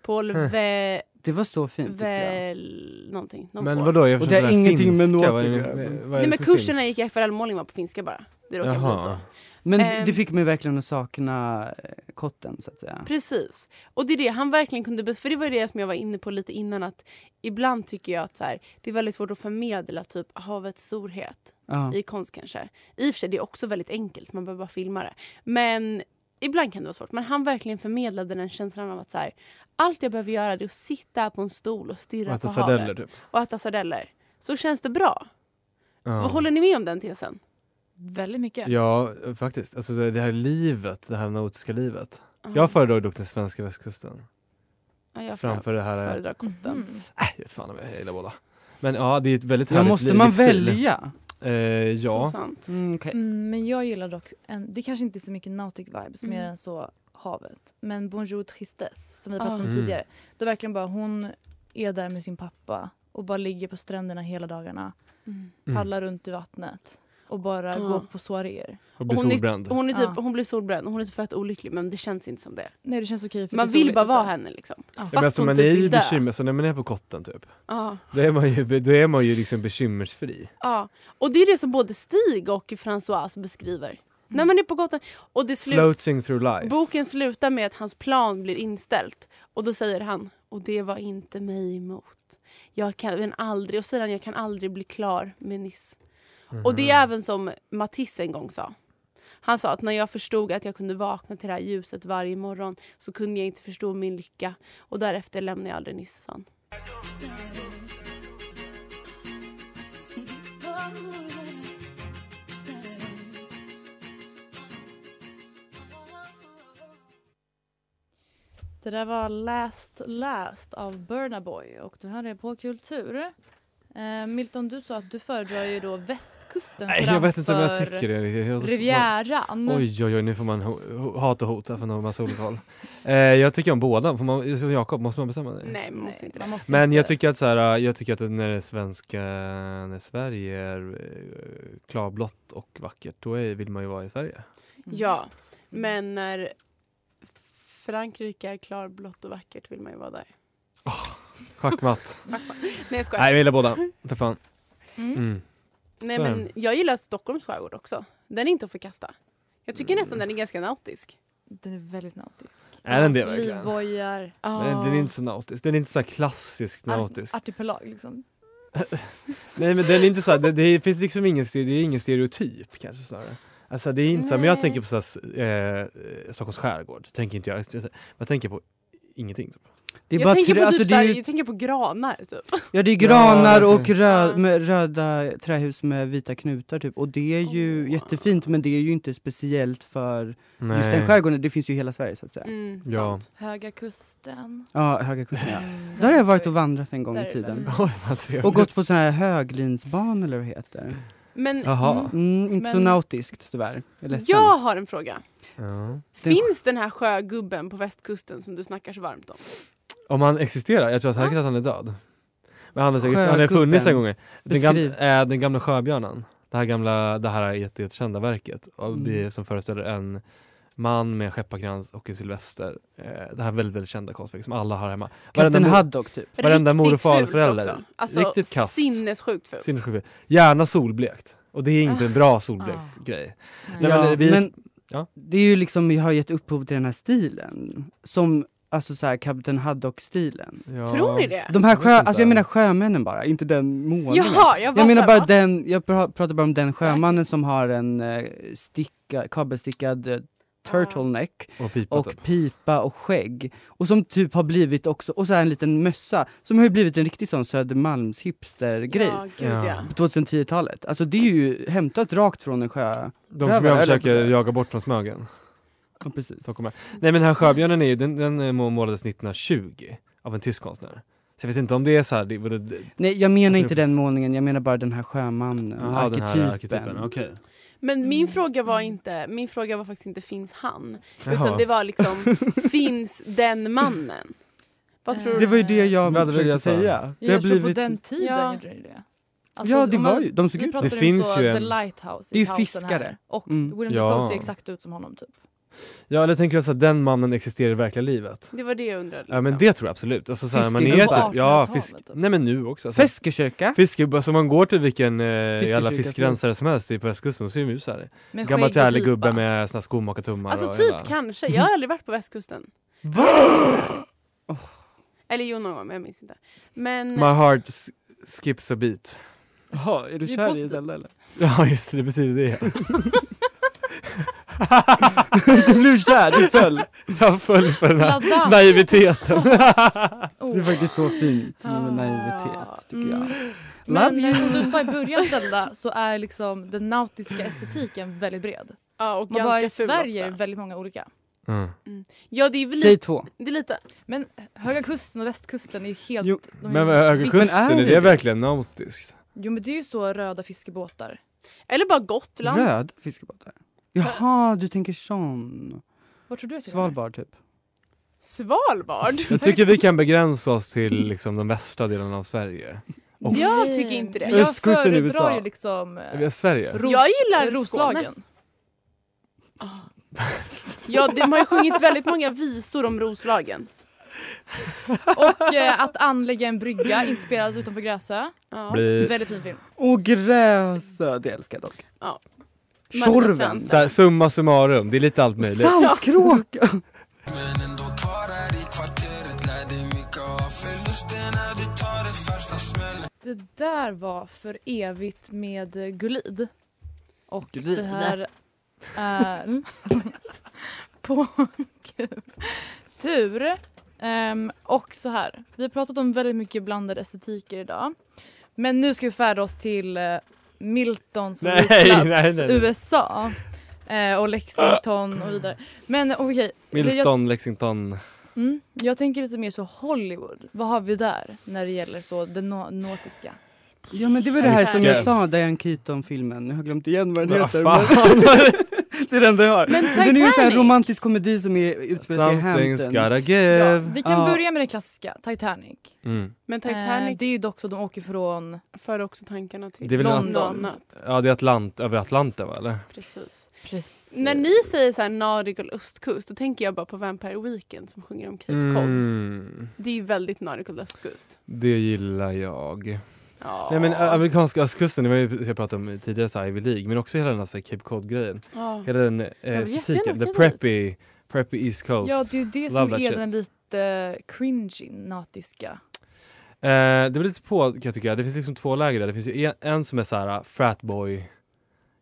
[SPEAKER 5] Paul
[SPEAKER 4] Huh.
[SPEAKER 5] Ve...
[SPEAKER 3] det var så fint tyckte jag.
[SPEAKER 5] Väl... Någonting. Någon
[SPEAKER 4] Men
[SPEAKER 5] Paul.
[SPEAKER 4] vadå, jag
[SPEAKER 3] Och
[SPEAKER 4] förstår
[SPEAKER 3] det har ingenting med
[SPEAKER 4] finska,
[SPEAKER 3] något
[SPEAKER 4] vad är det-
[SPEAKER 3] att göra.
[SPEAKER 4] vad är det
[SPEAKER 5] Nej, men
[SPEAKER 4] för
[SPEAKER 5] kurserna
[SPEAKER 4] finsk?
[SPEAKER 5] gick i akvarellmålning var på finska bara. Det råkar bli så.
[SPEAKER 4] Jaha.
[SPEAKER 3] Men det-
[SPEAKER 5] Ehm.
[SPEAKER 3] det fick mig verkligen att sakna eh, kotten så att säga.
[SPEAKER 5] Precis. Och det är det han verkligen kunde... bes- För det var ju det som jag var inne på lite innan. att Ibland tycker jag att så här, det är väldigt svårt att förmedla typ havets storhet.
[SPEAKER 3] Ja.
[SPEAKER 5] i konst kanske. I och för sig, det är också väldigt enkelt, man behöver bara filma det. Men ibland kan det vara svårt. Men han verkligen förmedlade den känslan av att så här, allt jag behöver göra är att sitta här på en stol och
[SPEAKER 4] Och
[SPEAKER 5] stirra
[SPEAKER 4] äta
[SPEAKER 5] på
[SPEAKER 4] sardeller
[SPEAKER 5] havet.
[SPEAKER 4] typ.
[SPEAKER 5] Och äta sardeller. Så känns det bra.
[SPEAKER 4] Ja.
[SPEAKER 5] Vad håller ni med om den tesen?
[SPEAKER 1] Väldigt mycket.
[SPEAKER 4] Ja, faktiskt. Alltså det det här livet, det här nautiska livet. Jag föredrar dock den svenska västkusten.
[SPEAKER 5] ja, Mm. jag
[SPEAKER 4] Framför det här...
[SPEAKER 5] föredrar kotten.
[SPEAKER 1] Mhm.
[SPEAKER 4] Äh, jag vet fan om jag gillar båda. Men ja, det är ett väldigt
[SPEAKER 3] Ja,
[SPEAKER 4] härligt
[SPEAKER 3] måste
[SPEAKER 4] liv-
[SPEAKER 3] man
[SPEAKER 4] livsstil.
[SPEAKER 3] välja?
[SPEAKER 4] Eh,
[SPEAKER 5] Så
[SPEAKER 4] ja.
[SPEAKER 5] sant.
[SPEAKER 3] Mm, okej.
[SPEAKER 1] Mm, men jag gillar dock, en, det kanske inte är så mycket nautic vibes
[SPEAKER 5] Mm.
[SPEAKER 1] mer än så havet. Men Bonjour Tristesse
[SPEAKER 5] Ah.
[SPEAKER 1] som vi pratade om
[SPEAKER 4] Mm.
[SPEAKER 1] tidigare. Då verkligen bara hon är där med sin pappa och bara ligger på stränderna hela dagarna.
[SPEAKER 5] Mm.
[SPEAKER 4] Mm.
[SPEAKER 1] Paddlar runt i vattnet och bara
[SPEAKER 5] Ja.
[SPEAKER 1] går på soaréer.
[SPEAKER 4] Och
[SPEAKER 5] Och
[SPEAKER 4] blir
[SPEAKER 5] Hon,
[SPEAKER 4] solbränd.
[SPEAKER 5] är, hon, är typ,
[SPEAKER 1] Ja.
[SPEAKER 5] hon blir solbränd och hon är typ fett olycklig men det känns inte som det.
[SPEAKER 1] Nej det känns okej för
[SPEAKER 5] Man
[SPEAKER 1] det är
[SPEAKER 5] vill
[SPEAKER 1] soligt
[SPEAKER 5] bara
[SPEAKER 1] ute.
[SPEAKER 5] vara henne liksom.
[SPEAKER 1] Ja.
[SPEAKER 4] Ja, men
[SPEAKER 5] Fast
[SPEAKER 4] alltså,
[SPEAKER 5] hon
[SPEAKER 4] man
[SPEAKER 5] typ
[SPEAKER 4] är ju
[SPEAKER 5] vill dö.
[SPEAKER 4] bekymmer, alltså, när man är på kotten typ,
[SPEAKER 5] Ja.
[SPEAKER 4] då är man ju, då är man ju liksom bekymmersfri.
[SPEAKER 5] Ja, och det är det som både Stig och Françoise beskriver.
[SPEAKER 1] Mm.
[SPEAKER 5] När man är på gatan. Och det slu-
[SPEAKER 4] Floating through life.
[SPEAKER 5] boken slutar med att hans plan blir inställt. Och då säger han, och det var inte mig emot. Jag kan aldrig, och säger han, jag kan aldrig bli klar med Nice. Och
[SPEAKER 4] Mhm.
[SPEAKER 5] det är även som Matisse en gång sa. Han sa att när jag förstod att jag kunde vakna till det här ljuset varje morgon så kunde jag inte förstå min lycka. Och därefter lämnade jag aldrig Nice, sa han.
[SPEAKER 1] Det där var Last Last av Burna Boy och du hörde det på Kultur. Eh, Milton du sa att du föredrar ju då västkusten
[SPEAKER 4] Nej,
[SPEAKER 1] framför
[SPEAKER 4] jag vet inte om jag tycker det riktigt. Jag-
[SPEAKER 1] Rivieran.
[SPEAKER 4] Oj, oj, oj, nu får man ho- ho- hat och hot här från en massa olika håll. Eh, jag tycker om båda. Får man, så Jakob, måste man bestämma det?
[SPEAKER 5] Nej, man måste inte det.
[SPEAKER 1] man måste
[SPEAKER 4] Men
[SPEAKER 1] inte-
[SPEAKER 4] jag tycker att, så här, jag tycker att när det svenska, när Sverige är eh, klarblått och vackert, då är, vill man ju vara i Sverige.
[SPEAKER 1] Mm.
[SPEAKER 5] Ja, men när Frankrike är klarblått och vackert vill man ju vara där.
[SPEAKER 4] Schackmatt.
[SPEAKER 5] Nej jag skojar.
[SPEAKER 4] Nej, jag gillar båda. För fan.
[SPEAKER 1] Mm.
[SPEAKER 4] Mm.
[SPEAKER 5] Nej,
[SPEAKER 4] så är
[SPEAKER 5] men jag gillar Stockholms skärgård också. Den är inte att förkasta. Jag tycker nästan den är ganska nautisk.
[SPEAKER 1] Den är väldigt nautisk.
[SPEAKER 4] Är den det verkligen?
[SPEAKER 1] Livbojar,
[SPEAKER 4] Nej, den
[SPEAKER 5] Ah.
[SPEAKER 4] är inte så nautisk. Den är inte så här klassiskt nautisk.
[SPEAKER 1] ar- artipelag liksom.
[SPEAKER 4] Nej men den är inte så här, det, det finns liksom ingen, ste- det är ingen stereotyp kanske snarare. Alltså det är inte så här, men jag
[SPEAKER 5] Nej.
[SPEAKER 4] tänker på så här, s- eh, Stockholms skärgård, tänker inte jag. Jag tänker på ingenting. Typ.
[SPEAKER 3] Det är
[SPEAKER 5] jag,
[SPEAKER 3] bara
[SPEAKER 5] tänker
[SPEAKER 3] trä,
[SPEAKER 5] på
[SPEAKER 3] alltså
[SPEAKER 5] typ så
[SPEAKER 3] det är
[SPEAKER 5] här,
[SPEAKER 3] ju,
[SPEAKER 5] jag tänker på granar typ.
[SPEAKER 3] ja det är
[SPEAKER 4] Ja,
[SPEAKER 3] granar och
[SPEAKER 4] alltså.
[SPEAKER 3] rö,
[SPEAKER 5] Ja.
[SPEAKER 3] med röda trähus med vita knutar typ. Och det är ju
[SPEAKER 5] Åh.
[SPEAKER 3] jättefint men det är ju inte speciellt för just den skärgården, det finns ju i hela Sverige så att säga.
[SPEAKER 5] Mm,
[SPEAKER 4] Ja.
[SPEAKER 5] sant.
[SPEAKER 1] Höga kusten.
[SPEAKER 3] Ja, Höga Kusten ja.
[SPEAKER 1] Mm,
[SPEAKER 3] Där har jag
[SPEAKER 1] är
[SPEAKER 3] varit
[SPEAKER 1] det-
[SPEAKER 3] och vandrat en gång
[SPEAKER 1] Där är
[SPEAKER 3] i
[SPEAKER 1] det
[SPEAKER 3] tiden.
[SPEAKER 1] väldigt-
[SPEAKER 4] <laughs> Oj, vad trevligt.
[SPEAKER 3] Och gått på sån här höglinsban eller vad det heter.
[SPEAKER 5] Men
[SPEAKER 4] Jaha.
[SPEAKER 1] Mm.
[SPEAKER 3] Mm, inte så
[SPEAKER 1] Men-
[SPEAKER 3] nautiskt tyvärr. Jag är ledsen.
[SPEAKER 5] jag har en fråga.
[SPEAKER 4] Ja.
[SPEAKER 3] Den-
[SPEAKER 5] Finns den här sjögubben på västkusten som du snackar så varmt om?
[SPEAKER 4] Om han existerar? Jag tror säkert att han är död. Men han har säkert han har
[SPEAKER 3] Sjögubben.
[SPEAKER 4] funnits en gång. Den, gam,
[SPEAKER 3] Beskriv.
[SPEAKER 4] eh, den gamla sjöbjörnen. Det här gamla, det här är jätte, jättekända verket av-
[SPEAKER 3] Mm.
[SPEAKER 4] som föreställer en man med en skepparkrans och en silvester. Eh, det här väldigt, väldigt kända konstverket som alla har hemma.
[SPEAKER 3] Captain
[SPEAKER 4] mor-
[SPEAKER 3] Haddock typ.
[SPEAKER 4] Varenda mor och
[SPEAKER 5] Riktigt fult
[SPEAKER 4] farförälder.
[SPEAKER 5] också. Alltså,
[SPEAKER 4] Riktigt kast.
[SPEAKER 5] Sinnessjukt fult.
[SPEAKER 4] Sinnessjukt. Gärna solblekt. Och det är inte en bra solblekt
[SPEAKER 1] Ah.
[SPEAKER 4] grej.
[SPEAKER 1] Nej.
[SPEAKER 4] Nej, men
[SPEAKER 3] ja,
[SPEAKER 4] vi-
[SPEAKER 3] men
[SPEAKER 4] ja.
[SPEAKER 3] det är ju liksom, jag har gett upphov till den här stilen. Som, alltså så här Captain Haddock-stilen.
[SPEAKER 4] Ja.
[SPEAKER 5] Tror ni det?
[SPEAKER 3] De här
[SPEAKER 4] Jag
[SPEAKER 3] sjö,
[SPEAKER 4] vet inte.
[SPEAKER 3] alltså jag menar sjömännen bara, inte den målningen.
[SPEAKER 5] Jaha, jag, bara
[SPEAKER 3] jag menar
[SPEAKER 5] så
[SPEAKER 3] bara
[SPEAKER 5] här, va?
[SPEAKER 3] den, jag pra- pratar bara om den sjömannen som har en eh, sticka, kabelstickad eh, turtleneck
[SPEAKER 4] Och pipa
[SPEAKER 3] och
[SPEAKER 4] typ.
[SPEAKER 3] pipa och skägg. Och som typ har blivit också, och så här en liten mössa, som har ju blivit en riktig sån Södermalms hipstergrej.
[SPEAKER 5] Ja, gud ja.
[SPEAKER 4] Ja.
[SPEAKER 3] På 2010-talet. Alltså det är ju hämtat rakt från en sjö...
[SPEAKER 4] De
[SPEAKER 3] Det här
[SPEAKER 4] som
[SPEAKER 3] var
[SPEAKER 4] jag
[SPEAKER 3] det,
[SPEAKER 4] försöker
[SPEAKER 3] eller?
[SPEAKER 4] jaga bort från Smögen.
[SPEAKER 3] Ja, precis.
[SPEAKER 4] Stockholm är. Nej men den här sjöbjörnen är ju, den, den eh, må- målades 1920 av en tysk konstnär. Så jag vet inte om det är så här, det, det, det,
[SPEAKER 3] Nej jag menar
[SPEAKER 4] Jag
[SPEAKER 3] inte
[SPEAKER 4] tror
[SPEAKER 3] den målningen, jag menar bara den här sjömannen,
[SPEAKER 4] Jaha, den
[SPEAKER 3] arketypen.
[SPEAKER 4] här arketypen. Okej.
[SPEAKER 5] Men min
[SPEAKER 1] Mm.
[SPEAKER 5] fråga var
[SPEAKER 1] Mm.
[SPEAKER 5] inte, min fråga var faktiskt inte finns han?
[SPEAKER 4] Jaha.
[SPEAKER 5] Utan det var liksom,
[SPEAKER 4] <laughs>
[SPEAKER 5] finns den mannen? Vad tror
[SPEAKER 1] Eh,
[SPEAKER 5] du?
[SPEAKER 3] Det var ju det jag
[SPEAKER 4] Mm. Vad hade du
[SPEAKER 3] försökte
[SPEAKER 4] jag sa?
[SPEAKER 3] säga. Det
[SPEAKER 1] Jag
[SPEAKER 3] har
[SPEAKER 1] tror på
[SPEAKER 3] blivit...
[SPEAKER 1] den tiden
[SPEAKER 5] Ja.
[SPEAKER 1] gjorde det det. Alltså,
[SPEAKER 3] Ja det
[SPEAKER 1] om
[SPEAKER 3] var
[SPEAKER 1] man-
[SPEAKER 3] ju, de såg
[SPEAKER 1] Vi
[SPEAKER 3] ut
[SPEAKER 1] pratade
[SPEAKER 4] Det
[SPEAKER 1] det
[SPEAKER 4] finns
[SPEAKER 1] finns så
[SPEAKER 4] ju
[SPEAKER 1] The
[SPEAKER 4] en-
[SPEAKER 1] Lighthouse
[SPEAKER 3] Det är
[SPEAKER 1] i
[SPEAKER 3] ju
[SPEAKER 1] Housen
[SPEAKER 3] fiskare.
[SPEAKER 1] Här. Och
[SPEAKER 3] Mm.
[SPEAKER 1] William
[SPEAKER 4] Ja.
[SPEAKER 1] Dafoe ser exakt ut som honom typ.
[SPEAKER 4] Ja eller tänker jag så att den mannen existerar i verkliga livet.
[SPEAKER 5] Det var det jag undrade. Liksom.
[SPEAKER 4] Ja men det tror jag absolut. Alltså, så här, man
[SPEAKER 3] Fiskegubbar.
[SPEAKER 4] är typ, ja,
[SPEAKER 1] 1800-talet,
[SPEAKER 4] fisk,
[SPEAKER 1] typ.
[SPEAKER 4] nej men nu också. Alltså.
[SPEAKER 3] Feskekyrka.
[SPEAKER 4] Fiskegubbar, så man går till vilken eh, jävla
[SPEAKER 3] Fiskekyrka.
[SPEAKER 4] fiskrensare som helst i på västkusten så ser de ut såhär.
[SPEAKER 1] Med
[SPEAKER 4] Gammalt
[SPEAKER 1] skägg och
[SPEAKER 4] härlig
[SPEAKER 1] pipa.
[SPEAKER 4] gubbe med såna skomakartummar
[SPEAKER 5] Alltså
[SPEAKER 4] och
[SPEAKER 5] typ
[SPEAKER 4] hela-
[SPEAKER 5] kanske, jag har aldrig varit på västkusten. Eller jo någon gång men jag minns inte. Men
[SPEAKER 4] My heart s- skips a beat.
[SPEAKER 3] Jaha, är du
[SPEAKER 1] Det är
[SPEAKER 3] kär i
[SPEAKER 1] positivt.
[SPEAKER 3] Isabella eller? <laughs>
[SPEAKER 4] Ja just det, det betyder det.
[SPEAKER 3] du blev kär, du föll.
[SPEAKER 4] Jag föll för
[SPEAKER 3] <laughs>
[SPEAKER 4] den här
[SPEAKER 1] Ladda. Oh.
[SPEAKER 4] naiviteten.
[SPEAKER 3] Det är faktiskt så fint med naivitet tycker jag.
[SPEAKER 1] Men eh, som du sa i början Zelda så är liksom den nautiska estetiken väldigt bred.
[SPEAKER 5] ja, och
[SPEAKER 1] Man bara i
[SPEAKER 5] ganska ful
[SPEAKER 1] Sverige är det
[SPEAKER 5] ofta.
[SPEAKER 1] väldigt många olika.
[SPEAKER 4] Mm.
[SPEAKER 5] Ja det är väl
[SPEAKER 3] Säg
[SPEAKER 5] lite,
[SPEAKER 3] två.
[SPEAKER 5] det är lite
[SPEAKER 1] Men Höga Kusten och Västkusten är ju helt...
[SPEAKER 3] Jo,
[SPEAKER 1] de är
[SPEAKER 4] Men
[SPEAKER 1] ju-
[SPEAKER 4] Höga
[SPEAKER 3] Men är
[SPEAKER 4] Kusten, är
[SPEAKER 3] det
[SPEAKER 4] det
[SPEAKER 3] det?
[SPEAKER 4] verkligen nautiskt?
[SPEAKER 1] Jo men det är ju så röda fiskebåtar.
[SPEAKER 5] eller bara Gotland.
[SPEAKER 3] Röd fiskebåtar. Jaha, du tänker sån.
[SPEAKER 1] Vad tror du att jag menar?
[SPEAKER 3] Svalbard typ.
[SPEAKER 5] Svalbard?
[SPEAKER 4] Jag tycker vi kan begränsa oss till liksom de västra delarna av Sverige. Och-
[SPEAKER 5] Jag tycker inte det.
[SPEAKER 1] Men jag
[SPEAKER 3] Östkusten i
[SPEAKER 1] föredrar
[SPEAKER 3] USA.
[SPEAKER 1] ju liksom eh,
[SPEAKER 4] Eller Sverige?
[SPEAKER 1] ros,
[SPEAKER 5] Jag gillar
[SPEAKER 1] Roslagen.
[SPEAKER 5] Ja de har ju sjungit väldigt många visor om Roslagen.
[SPEAKER 1] Och eh, att anlägga en brygga inspelad utanför Gräsö.
[SPEAKER 5] Ja.
[SPEAKER 4] Bli
[SPEAKER 1] Väldigt fin film.
[SPEAKER 3] Och Gräsö, det älskar jag dock.
[SPEAKER 5] Ja.
[SPEAKER 3] Tjorven.
[SPEAKER 5] Markus
[SPEAKER 4] så här, summa summarum, det är lite allt möjligt.
[SPEAKER 3] Saltkråka!
[SPEAKER 7] Men ändå kvar här i kvarteret Lär dig mycket av förlusten när du tar det första smällen
[SPEAKER 1] Det där var för evigt med eh, Gulid. Och det här
[SPEAKER 4] <laughs>
[SPEAKER 1] är på <laughs> kul tur. Ehm, och så här, vi har pratat om väldigt mycket blandade estetiker idag. Men nu ska vi färda oss till eh, Miltons
[SPEAKER 4] Nej,
[SPEAKER 1] favoritplats,
[SPEAKER 4] nej, nej.
[SPEAKER 1] USA. Eh, och Lexington och vidare. Men okej. det- jag-
[SPEAKER 4] Milton, Lexington.
[SPEAKER 1] Mm. Jag tänker lite mer så Hollywood. Vad har vi där när det gäller så det no- nautiska?
[SPEAKER 3] Ja men det var det här som
[SPEAKER 4] Tack.
[SPEAKER 3] jag sa, Diane Keaton-filmen. Nu har jag glömt igen vad den
[SPEAKER 4] Vad
[SPEAKER 3] heter.
[SPEAKER 4] fan.
[SPEAKER 3] men- det är den du har.
[SPEAKER 5] Men
[SPEAKER 3] Den är ju en sån här
[SPEAKER 5] Titanic.
[SPEAKER 3] romantisk komedi som är utspelar sig i
[SPEAKER 4] Something's gotta
[SPEAKER 3] Hamptons.
[SPEAKER 1] Ja,
[SPEAKER 4] give.
[SPEAKER 1] vi kan
[SPEAKER 3] Ja.
[SPEAKER 1] börja med den klassiska, Titanic.
[SPEAKER 4] Mm.
[SPEAKER 5] Men
[SPEAKER 1] Eh,
[SPEAKER 5] Titanic
[SPEAKER 1] det är ju dock så de åker från...
[SPEAKER 5] för också tankarna till
[SPEAKER 4] Det är väl
[SPEAKER 1] London.
[SPEAKER 5] något annat.
[SPEAKER 4] Ja det är Atlant, över Atlanten va eller?
[SPEAKER 5] Precis.
[SPEAKER 1] Precis.
[SPEAKER 5] När ni säger så här nautical östkust då tänker jag bara på Vampire Weekend som sjunger om Cape Cod.
[SPEAKER 4] Mm.
[SPEAKER 5] Det är ju väldigt nautical östkust.
[SPEAKER 4] Det gillar jag.
[SPEAKER 5] Ja.
[SPEAKER 4] Nej men äh, ä, amerikanska östkusten, det var ju jag pratade om tidigare, så här, Ivy League, men också hela den här så här, Cape Cod-grejen.
[SPEAKER 5] Ja.
[SPEAKER 4] Hela den
[SPEAKER 5] vill
[SPEAKER 4] eh,
[SPEAKER 5] jättegärna
[SPEAKER 4] estetiken,
[SPEAKER 5] åka
[SPEAKER 4] the
[SPEAKER 5] dit.
[SPEAKER 4] preppy, preppy East Coast.
[SPEAKER 1] Ja, det är ju det
[SPEAKER 4] Love
[SPEAKER 1] som
[SPEAKER 4] that
[SPEAKER 1] är
[SPEAKER 4] shit.
[SPEAKER 1] den lite cringy nautiska.
[SPEAKER 4] Eh, det blir lite på kan jag tycka. Det finns liksom två läger där. Det finns ju en, en som är så här fratboy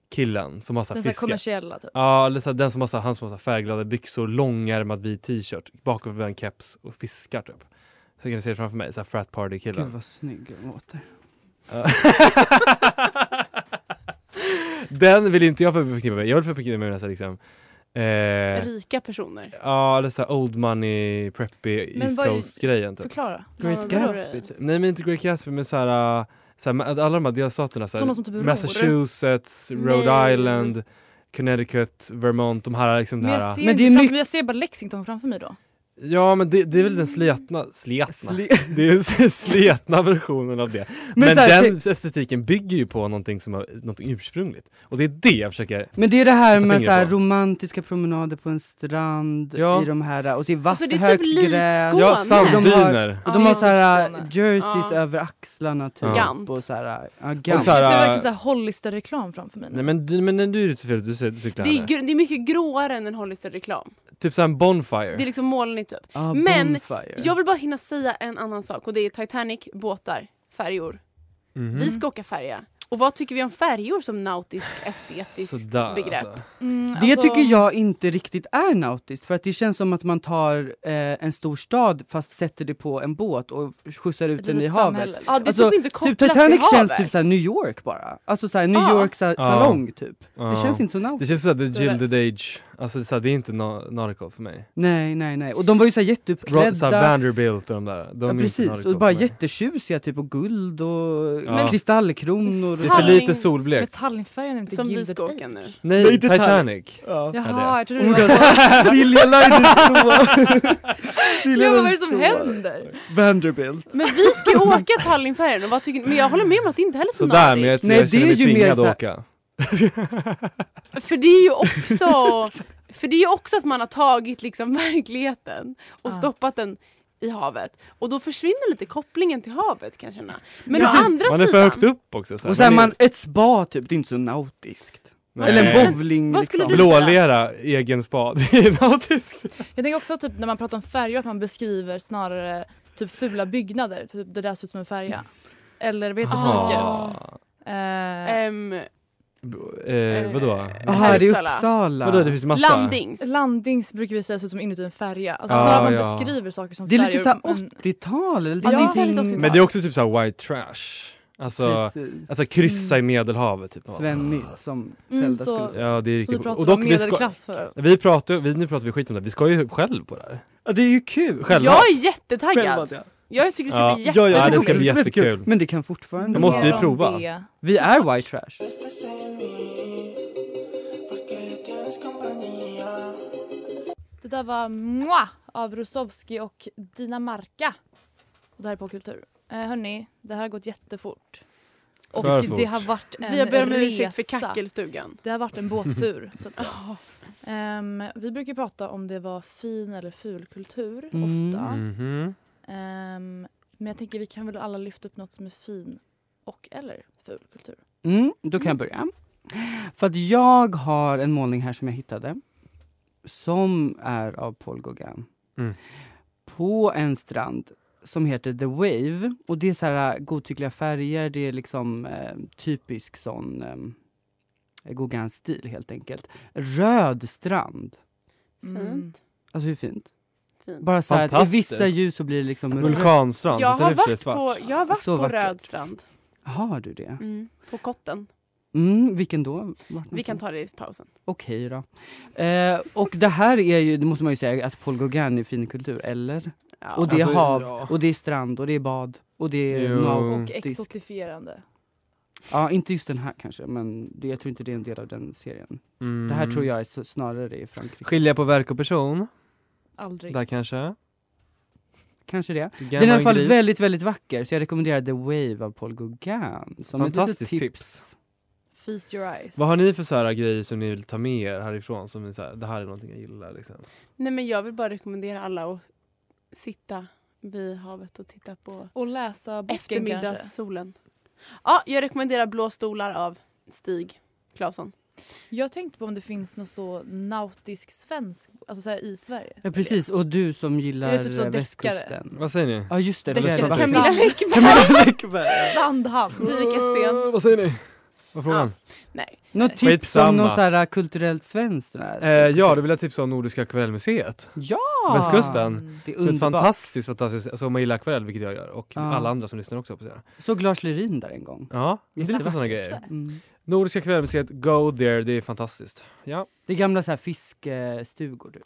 [SPEAKER 4] killen som har så här
[SPEAKER 1] Den så här
[SPEAKER 4] fiske.
[SPEAKER 1] kommersiella typ.
[SPEAKER 4] Ja, eller så här, den som har så här, han som har så här färgglada byxor, långärmad vit t-shirt, bakom en keps och fiskar typ. Så kan ni se det framför mig, så här frat party
[SPEAKER 3] Gud
[SPEAKER 4] killen.
[SPEAKER 3] vad snygg hon låter.
[SPEAKER 4] Ja. <laughs> den vill inte jag förknippa mig. Jag vill förknippa mig med den här liksom eh,
[SPEAKER 5] Rika personer.
[SPEAKER 4] Ja, eller så här old money, preppy,
[SPEAKER 1] Men
[SPEAKER 4] East
[SPEAKER 1] vad är-
[SPEAKER 4] Coast-grejen typ.
[SPEAKER 1] Förklara.
[SPEAKER 3] Great
[SPEAKER 5] Ja, men-
[SPEAKER 3] Gatsby typ.
[SPEAKER 4] Nej men inte Great Gatsby men såhär, äh, såhär ma- alla de här delstaterna såhär,
[SPEAKER 1] Sådana som typ ror.
[SPEAKER 4] Massachusetts, Rhode
[SPEAKER 5] Nej.
[SPEAKER 4] Island, Connecticut, Vermont, de här liksom det
[SPEAKER 1] Men jag
[SPEAKER 4] här.
[SPEAKER 1] ser,
[SPEAKER 3] Men
[SPEAKER 1] inte
[SPEAKER 3] det är
[SPEAKER 1] framför,
[SPEAKER 3] mycket-
[SPEAKER 1] mig, jag ser bara Lexington framför mig då.
[SPEAKER 4] Ja men det, det är väl den sletna, sletna?
[SPEAKER 3] Sle-
[SPEAKER 4] <laughs> det är den sletna versionen av det.
[SPEAKER 3] <laughs>
[SPEAKER 4] Men,
[SPEAKER 3] så här,
[SPEAKER 4] den estetiken bygger ju på någonting som har, något ursprungligt. Och det är det jag försöker,
[SPEAKER 3] Men det är det här
[SPEAKER 4] Sätta
[SPEAKER 3] med
[SPEAKER 4] fingret
[SPEAKER 3] så här
[SPEAKER 4] på.
[SPEAKER 3] romantiska promenader på en strand
[SPEAKER 4] Ja.
[SPEAKER 3] i de här, och det är vass
[SPEAKER 5] Alltså, det är typ
[SPEAKER 3] högt
[SPEAKER 5] likt
[SPEAKER 3] gräs.
[SPEAKER 5] Skåne.
[SPEAKER 4] ja
[SPEAKER 5] nej.
[SPEAKER 4] sanddyner.
[SPEAKER 3] Och de
[SPEAKER 5] Ja, det
[SPEAKER 3] har
[SPEAKER 5] är
[SPEAKER 3] så här äh,
[SPEAKER 1] som Skåne.
[SPEAKER 3] jerseys
[SPEAKER 5] Ja.
[SPEAKER 3] över axlarna typ.
[SPEAKER 4] Ja.
[SPEAKER 5] Gant.
[SPEAKER 3] Och så här, ja,
[SPEAKER 4] Och
[SPEAKER 3] gant.
[SPEAKER 4] så
[SPEAKER 1] Jag ser
[SPEAKER 4] här,
[SPEAKER 1] verkligen så
[SPEAKER 4] äh,
[SPEAKER 1] här Hollister-reklam framför mig. nu.
[SPEAKER 4] nej men du, men du är ute så fel, du, du cyklar
[SPEAKER 5] Det är,
[SPEAKER 4] här.
[SPEAKER 5] gr- det är mycket gråare än en Hollister-reklam.
[SPEAKER 4] Typ såhär en bonfire.
[SPEAKER 5] Det är liksom molnigt typ.
[SPEAKER 3] Ja,
[SPEAKER 5] Men
[SPEAKER 3] bonfire.
[SPEAKER 5] Jag vill alltså- bara hinna säga en annan sak och det är Titanic, båtar, färjor.
[SPEAKER 4] Mhm.
[SPEAKER 5] Vi ska åka färja. Och vad tycker vi om färjor som nautisk estetiskt
[SPEAKER 4] Sådär,
[SPEAKER 5] begrepp?
[SPEAKER 4] alltså.
[SPEAKER 1] Mm,
[SPEAKER 3] Det
[SPEAKER 1] alltså-
[SPEAKER 3] tycker jag inte riktigt är nautiskt för att det känns som att man tar eh, en stor stad fast sätter det på en båt och skjutsar ut
[SPEAKER 1] Ett
[SPEAKER 3] den i
[SPEAKER 1] litet
[SPEAKER 3] havet.
[SPEAKER 1] samhälle, liksom.
[SPEAKER 5] Ja, det är
[SPEAKER 3] Alltså,
[SPEAKER 5] typ inte kopplat
[SPEAKER 3] Typ Titanic
[SPEAKER 5] till
[SPEAKER 3] känns
[SPEAKER 5] havet.
[SPEAKER 3] typ såhär New York bara. Alltså såhär New
[SPEAKER 5] Ja.
[SPEAKER 3] York sa-
[SPEAKER 4] Ja.
[SPEAKER 3] salong typ. Det
[SPEAKER 4] Ja.
[SPEAKER 3] känns inte så nautiskt.
[SPEAKER 4] Det känns
[SPEAKER 3] <laughs>
[SPEAKER 4] som att det är
[SPEAKER 1] Du har
[SPEAKER 4] gilded
[SPEAKER 1] rätt.
[SPEAKER 4] age, alltså det är, så här, det är inte na- nautical för mig.
[SPEAKER 3] Nej nej nej. Och de var ju såhär
[SPEAKER 4] Ra- så här
[SPEAKER 3] jätteuppklädda.
[SPEAKER 4] Vanderbilt och de där, de
[SPEAKER 3] Ja,
[SPEAKER 4] är inte
[SPEAKER 3] precis,
[SPEAKER 4] nautical
[SPEAKER 3] och bara
[SPEAKER 4] för mig.
[SPEAKER 3] jättetjusiga typ och guld och
[SPEAKER 4] Ja.
[SPEAKER 3] kristallkronor.
[SPEAKER 4] Det är
[SPEAKER 3] och-
[SPEAKER 4] för
[SPEAKER 5] Tallinn-
[SPEAKER 4] lite solblekt.
[SPEAKER 1] Metallfärgen är inte
[SPEAKER 5] Som vi
[SPEAKER 1] Gilded
[SPEAKER 5] ska
[SPEAKER 1] Age.
[SPEAKER 5] åka nu.
[SPEAKER 4] Nej,
[SPEAKER 3] Nej, inte
[SPEAKER 4] Titanic.
[SPEAKER 3] Ja.
[SPEAKER 1] Jaha, jag trodde
[SPEAKER 3] Oh my
[SPEAKER 1] det
[SPEAKER 3] God.
[SPEAKER 1] var...
[SPEAKER 4] <laughs>
[SPEAKER 3] Silja Line är så... <laughs> Silja
[SPEAKER 1] Ja, vad är det
[SPEAKER 3] Line
[SPEAKER 1] som
[SPEAKER 3] är så-
[SPEAKER 1] händer?
[SPEAKER 3] Vanderbilt.
[SPEAKER 5] Men vi ska ju åka Tallinnfärjan och vad tycker ni? Men jag håller med om att det inte heller är så
[SPEAKER 4] Sådär, men jag,
[SPEAKER 5] nadigt.
[SPEAKER 4] tror
[SPEAKER 3] Nej,
[SPEAKER 4] jag känner
[SPEAKER 3] det är ju
[SPEAKER 4] mig
[SPEAKER 3] mer
[SPEAKER 4] tvingad att
[SPEAKER 3] så här-
[SPEAKER 4] åka.
[SPEAKER 5] För det är ju också... För det är ju också att man har tagit liksom verkligheten och
[SPEAKER 1] Ja.
[SPEAKER 5] stoppat den i havet. Och då försvinner lite kopplingen till havet kan jag känna. Men å
[SPEAKER 3] Precis.
[SPEAKER 5] andra
[SPEAKER 4] Man är för
[SPEAKER 5] sidan,
[SPEAKER 4] högt upp också. Så här.
[SPEAKER 3] Och sen
[SPEAKER 4] är-
[SPEAKER 3] man, ett spa typ, det är inte så nautiskt.
[SPEAKER 4] Nej.
[SPEAKER 3] Eller en
[SPEAKER 4] Men
[SPEAKER 3] bowling
[SPEAKER 5] vad skulle
[SPEAKER 3] liksom.
[SPEAKER 5] du-
[SPEAKER 4] Blålera, egen spa, <laughs> det är nautiskt.
[SPEAKER 1] Jag tänker också typ när man pratar om färger att man beskriver snarare typ fula byggnader. Typ det där ser ut som en färja. Eller vad heter
[SPEAKER 5] Ah.
[SPEAKER 1] fiket?
[SPEAKER 4] Ah.
[SPEAKER 1] Eh,
[SPEAKER 5] ehm,
[SPEAKER 4] B- Eh, vadå?
[SPEAKER 3] Aha, det är
[SPEAKER 5] Uppsala.
[SPEAKER 3] Uppsala.
[SPEAKER 4] Vadå, det finns massa?
[SPEAKER 5] landings.
[SPEAKER 1] landings brukar vi säga ser ut som inuti en färja. Alltså
[SPEAKER 4] Ja,
[SPEAKER 1] snarare man
[SPEAKER 4] Ah, ja.
[SPEAKER 1] beskriver saker som
[SPEAKER 3] Det är
[SPEAKER 1] färger.
[SPEAKER 3] lite såhär
[SPEAKER 1] men-
[SPEAKER 3] 80-tal eller
[SPEAKER 1] Ja, det är
[SPEAKER 3] någonting-
[SPEAKER 5] väldigt 80-tal.
[SPEAKER 4] Men det är också typ såhär white trash. Alltså,
[SPEAKER 3] Precis.
[SPEAKER 4] alltså kryssa i medelhavet typ.
[SPEAKER 3] Svennigt som
[SPEAKER 1] Mm,
[SPEAKER 3] Zelda
[SPEAKER 1] så-
[SPEAKER 3] skulle säga.
[SPEAKER 4] Ja det är
[SPEAKER 1] Som vi
[SPEAKER 4] riktigt
[SPEAKER 1] pratade om,
[SPEAKER 4] vi ska-
[SPEAKER 1] medelklass för.
[SPEAKER 4] Vi pratar, vi, nu pratar vi skit om det, vi ska ju själv på det här.
[SPEAKER 3] Ja, det är ju kul!
[SPEAKER 4] Själva.
[SPEAKER 5] Jag är
[SPEAKER 3] Själva
[SPEAKER 5] jättetaggad.
[SPEAKER 3] det.
[SPEAKER 5] Jag tycker det ska
[SPEAKER 4] Ja.
[SPEAKER 5] bli
[SPEAKER 3] Ja,
[SPEAKER 4] Ja,
[SPEAKER 3] jag
[SPEAKER 4] det
[SPEAKER 3] tycker
[SPEAKER 4] ska
[SPEAKER 3] också
[SPEAKER 4] bli
[SPEAKER 3] är väldigt
[SPEAKER 4] jättekul.
[SPEAKER 3] Men det kan fortfarande
[SPEAKER 4] Det måste vi
[SPEAKER 1] Mer om
[SPEAKER 4] prova.
[SPEAKER 1] det.
[SPEAKER 3] Vi är white trash.
[SPEAKER 1] Det där var Mua av Rusowski och Dina Marka. Och det här är på kultur. Eh, hörni, det här har gått jättefort. Och
[SPEAKER 4] För
[SPEAKER 1] det
[SPEAKER 4] fort.
[SPEAKER 1] har varit en
[SPEAKER 5] Vi har bett om
[SPEAKER 1] resa.
[SPEAKER 5] ursäkt för kackelstugan.
[SPEAKER 1] Det har varit en båttur. så att säga. Ehm, vi brukar prata om det var fin eller ful kultur
[SPEAKER 3] Mm.
[SPEAKER 1] ofta.
[SPEAKER 4] Mhm.
[SPEAKER 1] Ehm, men jag tänker vi kan väl alla lyfta upp något som är fin och eller ful kultur.
[SPEAKER 3] Mm, då kan jag börja. För att jag har en målning här som jag hittade som är av Paul Gauguin.
[SPEAKER 4] Mm.
[SPEAKER 3] På en strand som heter The Wave. Och det är så här äh, godtyckliga färger, det är liksom eh, typisk sån eh, Gauguin-stil helt enkelt. Röd strand.
[SPEAKER 5] Fint.
[SPEAKER 3] Alltså hur fint?
[SPEAKER 5] Fint.
[SPEAKER 3] Bara så här att i
[SPEAKER 4] Fantastiskt.
[SPEAKER 3] vissa ljus så blir det liksom rött.
[SPEAKER 4] Vulkanstrand
[SPEAKER 5] Jag har
[SPEAKER 4] istället för
[SPEAKER 5] varit
[SPEAKER 4] svart.
[SPEAKER 5] på, jag har varit
[SPEAKER 3] Så
[SPEAKER 5] på
[SPEAKER 3] vackert.
[SPEAKER 5] röd strand.
[SPEAKER 3] Har du det?
[SPEAKER 5] Mm. På kotten.
[SPEAKER 3] Mm, vilken då? Vart någonstans?
[SPEAKER 5] Vi kan ta det i pausen.
[SPEAKER 3] Okej då. Eh, och det här är ju, det måste man ju säga, att Paul Gauguin är finkultur, eller?
[SPEAKER 5] Ja.
[SPEAKER 3] Och det är
[SPEAKER 4] Alltså,
[SPEAKER 3] hav,
[SPEAKER 4] ja.
[SPEAKER 3] och det är strand, och det är bad, och det är
[SPEAKER 4] Jo.
[SPEAKER 1] Och
[SPEAKER 3] nautisk.
[SPEAKER 1] exotifierande.
[SPEAKER 3] Ja, inte just den här kanske, men det, jag tror inte det är en del av den serien. Det här tror jag är så, snarare i Frankrike.
[SPEAKER 4] Mm. Skilja på verk och person,
[SPEAKER 1] Aldrig.
[SPEAKER 4] där kanske.
[SPEAKER 3] kanske det.
[SPEAKER 4] Gärna
[SPEAKER 3] Den är i alla
[SPEAKER 4] en
[SPEAKER 3] fall
[SPEAKER 4] gris.
[SPEAKER 3] väldigt, väldigt vacker, så jag rekommenderar The Wave av Paul Gauguin. Som ett litet
[SPEAKER 4] Fantastiskt tips.
[SPEAKER 1] Feast your eyes.
[SPEAKER 4] Vad har ni för så här grejer som ni vill ta med er härifrån? Som ni så här, det här är någonting jag gillar liksom.
[SPEAKER 5] Nej men jag vill bara rekommendera alla att sitta vid havet och titta på
[SPEAKER 1] Och läsa boken kanske.
[SPEAKER 5] eftermiddagssolen. Ja, jag rekommenderar Blå stolar av Stig Claesson.
[SPEAKER 1] Jag tänkte på om det finns något så nautisk svensk, alltså så här i Sverige.
[SPEAKER 3] Ja, precis. Och du som
[SPEAKER 1] Är
[SPEAKER 3] gillar
[SPEAKER 1] det typ så
[SPEAKER 3] eh,
[SPEAKER 1] deckare?
[SPEAKER 3] västkusten.
[SPEAKER 4] Vad säger ni?
[SPEAKER 3] Ja, just det.
[SPEAKER 4] Deckare.
[SPEAKER 3] fjärilar.
[SPEAKER 4] Camilla
[SPEAKER 3] Camilla Läckberg.
[SPEAKER 1] Sandhamn.
[SPEAKER 5] Viveka Sten.
[SPEAKER 4] Vad säger ni? Vad frågan?
[SPEAKER 5] Nej.
[SPEAKER 3] Något tips
[SPEAKER 4] Skitsamma.
[SPEAKER 3] om något så här äh, kulturellt svenskt? sådär?
[SPEAKER 4] Eh, ja, då vill jag tipsa om Nordiska akvarellmuseet.
[SPEAKER 3] ja!
[SPEAKER 4] Västkusten.
[SPEAKER 3] Det är
[SPEAKER 4] Som är ett
[SPEAKER 3] underbart.
[SPEAKER 4] fantastiskt, fantastiskt, alltså om man gillar akvarell, vilket jag gör, och
[SPEAKER 3] Ja.
[SPEAKER 4] alla andra som lyssnar också hoppas jag.
[SPEAKER 3] Såg Lars Lerin där en gång.
[SPEAKER 4] Ja, det är lite
[SPEAKER 3] Jättevackert.
[SPEAKER 4] sådana grejer.
[SPEAKER 3] Mm.
[SPEAKER 4] Nordiska akvarellmuseet, go there, det är fantastiskt. Ja,
[SPEAKER 3] Det är gamla så här fiskestugor. typ.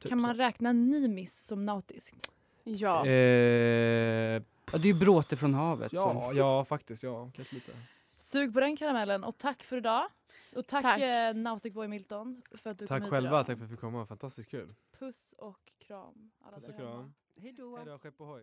[SPEAKER 4] typ
[SPEAKER 1] Kan man räkna Nimis som nautiskt?
[SPEAKER 4] så.
[SPEAKER 5] Ja.
[SPEAKER 4] Eh,
[SPEAKER 3] Ja, det är ju bråte från havet.
[SPEAKER 4] ja,
[SPEAKER 3] som-
[SPEAKER 4] ja, faktiskt, ja, kanske lite.
[SPEAKER 1] Sug på den karamellen och tack för idag. Och tack,
[SPEAKER 5] Tack.
[SPEAKER 1] eh, Nautic Boy Milton för att du kom
[SPEAKER 4] Tack
[SPEAKER 1] hit
[SPEAKER 4] själva,
[SPEAKER 1] idag.
[SPEAKER 4] tack för att vi fick komma, fantastiskt kul.
[SPEAKER 1] Puss och kram. Alla
[SPEAKER 4] Puss
[SPEAKER 1] där
[SPEAKER 4] och
[SPEAKER 1] hemma.
[SPEAKER 4] kram. Hejdå, skepp ohoj.